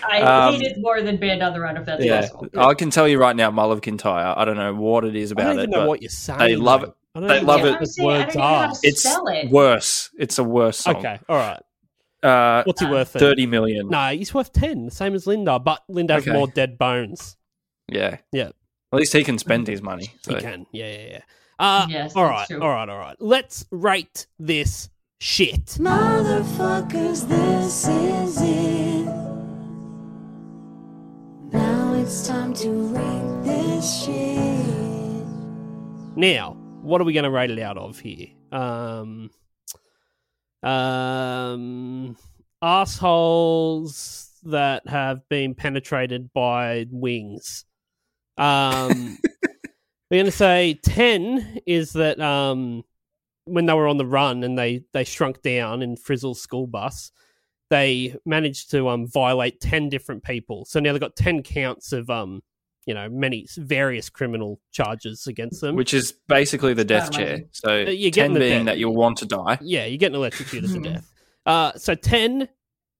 S4: I
S3: Um,
S4: hate it more than Band on the Run if that's
S3: Yeah.
S4: possible.
S3: I can tell you right now, Mull of Kintyre. I don't know what it
S2: I
S3: is about
S2: don't even
S3: it,
S2: know
S3: but
S2: what you're saying.
S3: they love
S2: mate.
S3: it.
S2: I don't
S3: They
S2: even
S3: love
S2: know
S3: it.
S2: what
S4: I'm
S2: those
S4: saying, I don't
S2: words
S4: even know how
S2: are.
S4: to
S3: it's
S4: spell it.
S3: worse. It's a worse song.
S2: Okay, all right.
S3: Uh,
S2: What's he worth? then?
S3: 30 million.
S2: No, he's worth ten, the same as Linda, but Linda has
S3: Okay.
S2: more dead bones.
S3: Yeah.
S2: Yeah.
S3: At least he can spend his money. So.
S2: He can. Yeah, yeah, yeah. Uh,
S4: Yes,
S2: all
S4: that's
S2: right,
S4: true.
S2: all right, all right. Let's rate this shit.
S9: Motherfuckers, this is it. Now it's time to rate this shit.
S2: Now, what are we going to rate it out of here? Um, um, assholes that have been penetrated by wings. Um, we're going to say ten is that um, when they were on the run and they they shrunk down in Frizzle's school bus. They managed to um, violate ten different people, so now they've got ten counts of um, you know many various criminal charges against them.
S3: which is basically the death
S4: Oh,
S3: chair.
S4: amazing.
S3: So
S2: you're getting
S3: ten
S2: the
S3: being
S2: death.
S3: that you'll want to die.
S2: Yeah, you're getting electrocuted to
S4: Mhm.
S2: death. Uh, so ten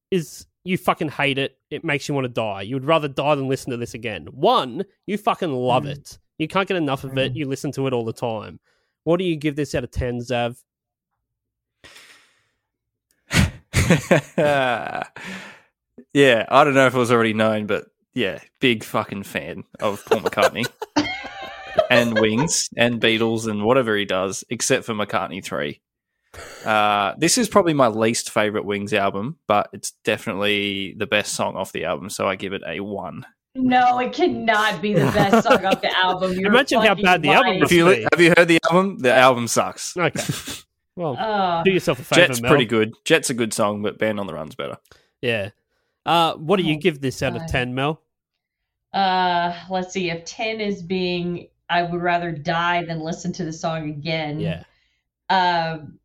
S2: is you fucking hate it. It makes you want to die. You would rather die than listen to this again. One, you fucking love
S4: Mm.
S2: it. You can't get enough of it. You listen to it all the time. What do you give this out of ten, Zav?
S3: yeah, I don't know if it was already known, but yeah, big fucking fan of Paul McCartney and Wings and Beatles and whatever he does, except for McCartney Three. Uh, this is probably my least favorite Wings album, but it's definitely the best song off the album, so I give it a one.
S4: No, it cannot be the best song off the album. You're
S2: Imagine how
S4: fucking
S2: bad the album
S4: lying.
S2: must
S3: If you
S2: be.
S3: have you heard the album, the album sucks.
S2: Okay. Well,
S4: Oh,
S2: do yourself a favor,
S3: Uh, Jet's
S2: Mel.
S3: pretty good. Jet's a good song, but Band on the Run's better.
S2: Yeah. Uh, what do you
S4: Oh,
S2: give this out of
S4: God.
S2: ten, Mel?
S4: uh, let's see. If ten is being, I would rather die than listen to the song again.
S2: Yeah.
S4: Um,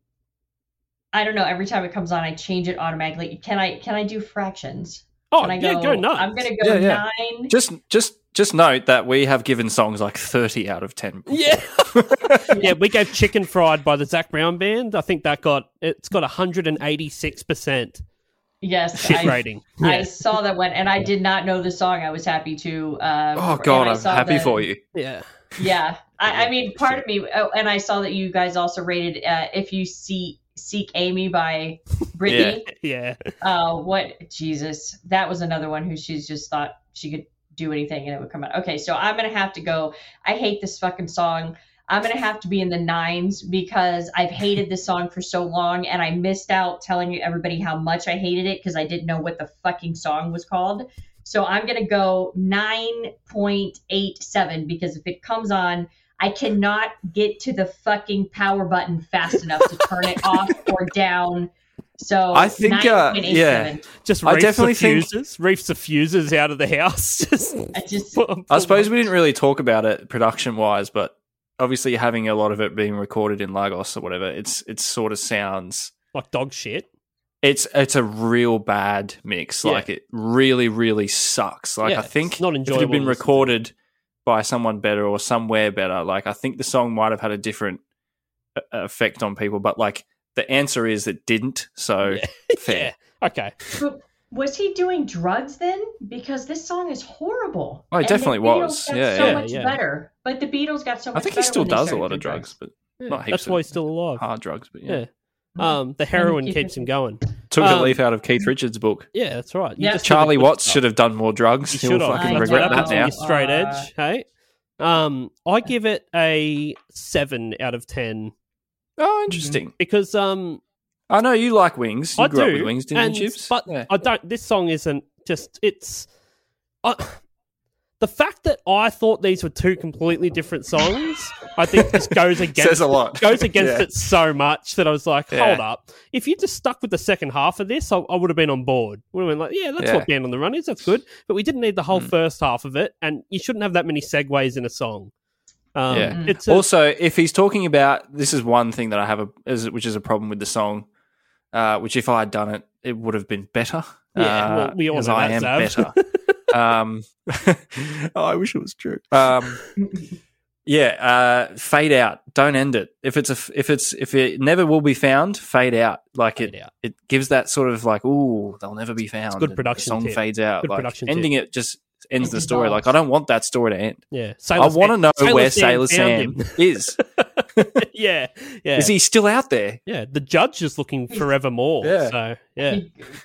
S4: I don't know. Every time it comes on, I change it automatically. Can I? Can I do fractions?
S2: Oh
S4: Can I
S2: yeah, go nuts.
S4: I'm gonna go
S3: Yeah, yeah.
S4: nine.
S3: Just just just note that we have given songs like 30 out of 10.
S2: Yeah. yeah, we gave Chicken Fried by the Zach Brown Band. I think that got it's got 186%
S4: yes,
S2: shit
S4: I,
S2: rating.
S4: I
S2: Yeah.
S4: saw that one, and I did not know the song. I was happy to. Uh,
S3: Oh
S4: and
S3: god,
S4: I
S3: I'm
S4: saw
S3: happy
S4: the-
S3: for you.
S2: yeah.
S4: Yeah, I, I mean, part of me, oh, and I saw that you guys also rated uh, "If You See Seek Amy" by Britney.
S2: Yeah.
S4: Uh, what Jesus? That was another one who she's just thought she could do anything and it would come out. Okay, so I'm gonna have to go. I hate this fucking song. I'm gonna have to be in the nines because I've hated this song for so long, and I missed out telling you everybody how much I hated it because I didn't know what the fucking song was called. So I'm gonna go nine point eight seven because if it comes on. I cannot get to the fucking power button fast enough to turn it off or down So
S3: I think, uh,
S4: 9.87.
S3: yeah.
S2: Just
S3: I
S2: reef
S3: definitely think-
S2: diffusers, reef diffusers out of the house. Just
S4: I just
S3: I suppose we didn't really talk about it production wise, but obviously having a lot of it being recorded in Lagos or whatever, it's it sort of sounds
S2: like dog shit.
S3: it's it's a real bad mix.
S2: Yeah.
S3: Like it really, really sucks. Like
S2: Yeah,
S3: I think
S2: it's not
S3: if it had
S2: enjoyable to listen
S3: been
S2: to.
S3: recorded by someone better or somewhere better, like I think the song might have had a different uh, effect on people. But like the answer is it didn't. So fair.
S2: Yeah. Okay.
S4: But was he doing drugs then? Because this song is horrible.
S3: Oh, he
S4: And
S3: definitely
S4: the Beatles
S3: was.
S4: Got
S3: Yeah,
S4: so
S3: yeah,
S4: much
S2: yeah.
S4: better. But the Beatles got so much.
S3: I think he
S4: better
S3: still
S4: when they
S3: does a
S4: started
S3: lot of
S4: doing
S3: drugs, but
S2: Yeah,
S3: not heaps
S2: that's
S3: of
S2: why he's still alive.
S3: hard drugs. But
S2: yeah.
S3: yeah,
S2: Um, the heroin
S4: keep
S2: keeps
S4: it-
S2: him going.
S3: took
S2: Um,
S3: a leaf out of Keith Richards' book.
S2: Yeah, that's right. You
S4: Yeah.
S2: just
S3: Charlie
S2: did the good
S3: Watts
S2: stuff.
S3: should have done more drugs.
S2: You
S3: He'll
S2: should have.
S3: fucking
S4: I
S3: regret
S4: know.
S3: that now.
S2: You straight
S4: Uh,
S2: edge. Hey. Um, I give it a seven out of ten
S3: Oh, interesting.
S2: because um,
S3: I know you like wings. You
S2: I
S3: grew
S2: do.
S3: up with wings, didn't
S2: and-
S3: you, Chips?
S2: But
S3: Yeah.
S2: I don't. This song isn't just. It's. I, the fact that I thought these were two completely different songs, I think just goes against
S3: Says a lot.
S2: goes against
S3: Yeah.
S2: it so much that I was like,
S3: Yeah.
S2: hold up. If you just stuck with the second half of this, I, I would have been on board. Would have been like, yeah, that's
S3: Yeah. Hmm.
S2: what Band on the Run is. That's good. But we didn't need the whole first half of it, and you shouldn't have that many segues in a song. Um,
S3: Yeah.
S2: It's a,
S3: also, if he's talking about this is one thing that I have a is, which is a problem with the song, uh, which if I had done it, it would have been better.
S2: Yeah,
S3: uh,
S2: well, we all
S3: because
S2: know
S3: I am
S2: that, Zav.
S3: better. um, oh, I wish it was true. Um, yeah, uh, fade out. Don't end it. If it's a f- if it's if it never will be found, fade out. Like
S2: Fade
S3: it
S2: out.
S3: it gives that sort of like ooh they'll never be found.
S2: good
S3: and
S2: production
S3: The song
S2: tip.
S3: fades out.
S2: Good
S3: like
S2: production
S3: ending it just ends
S4: It's
S3: the story.
S4: involved.
S3: Like I don't want that story to end.
S2: yeah.
S3: I
S2: Sailor
S3: want to
S2: Sam-
S3: know
S2: Sailor
S3: where
S2: Sam
S3: Sailor Sam,
S2: found him.
S3: is.
S2: yeah, yeah.
S3: Is he still out there?
S2: Yeah, the judge is looking forever more.
S3: Yeah.
S2: So yeah,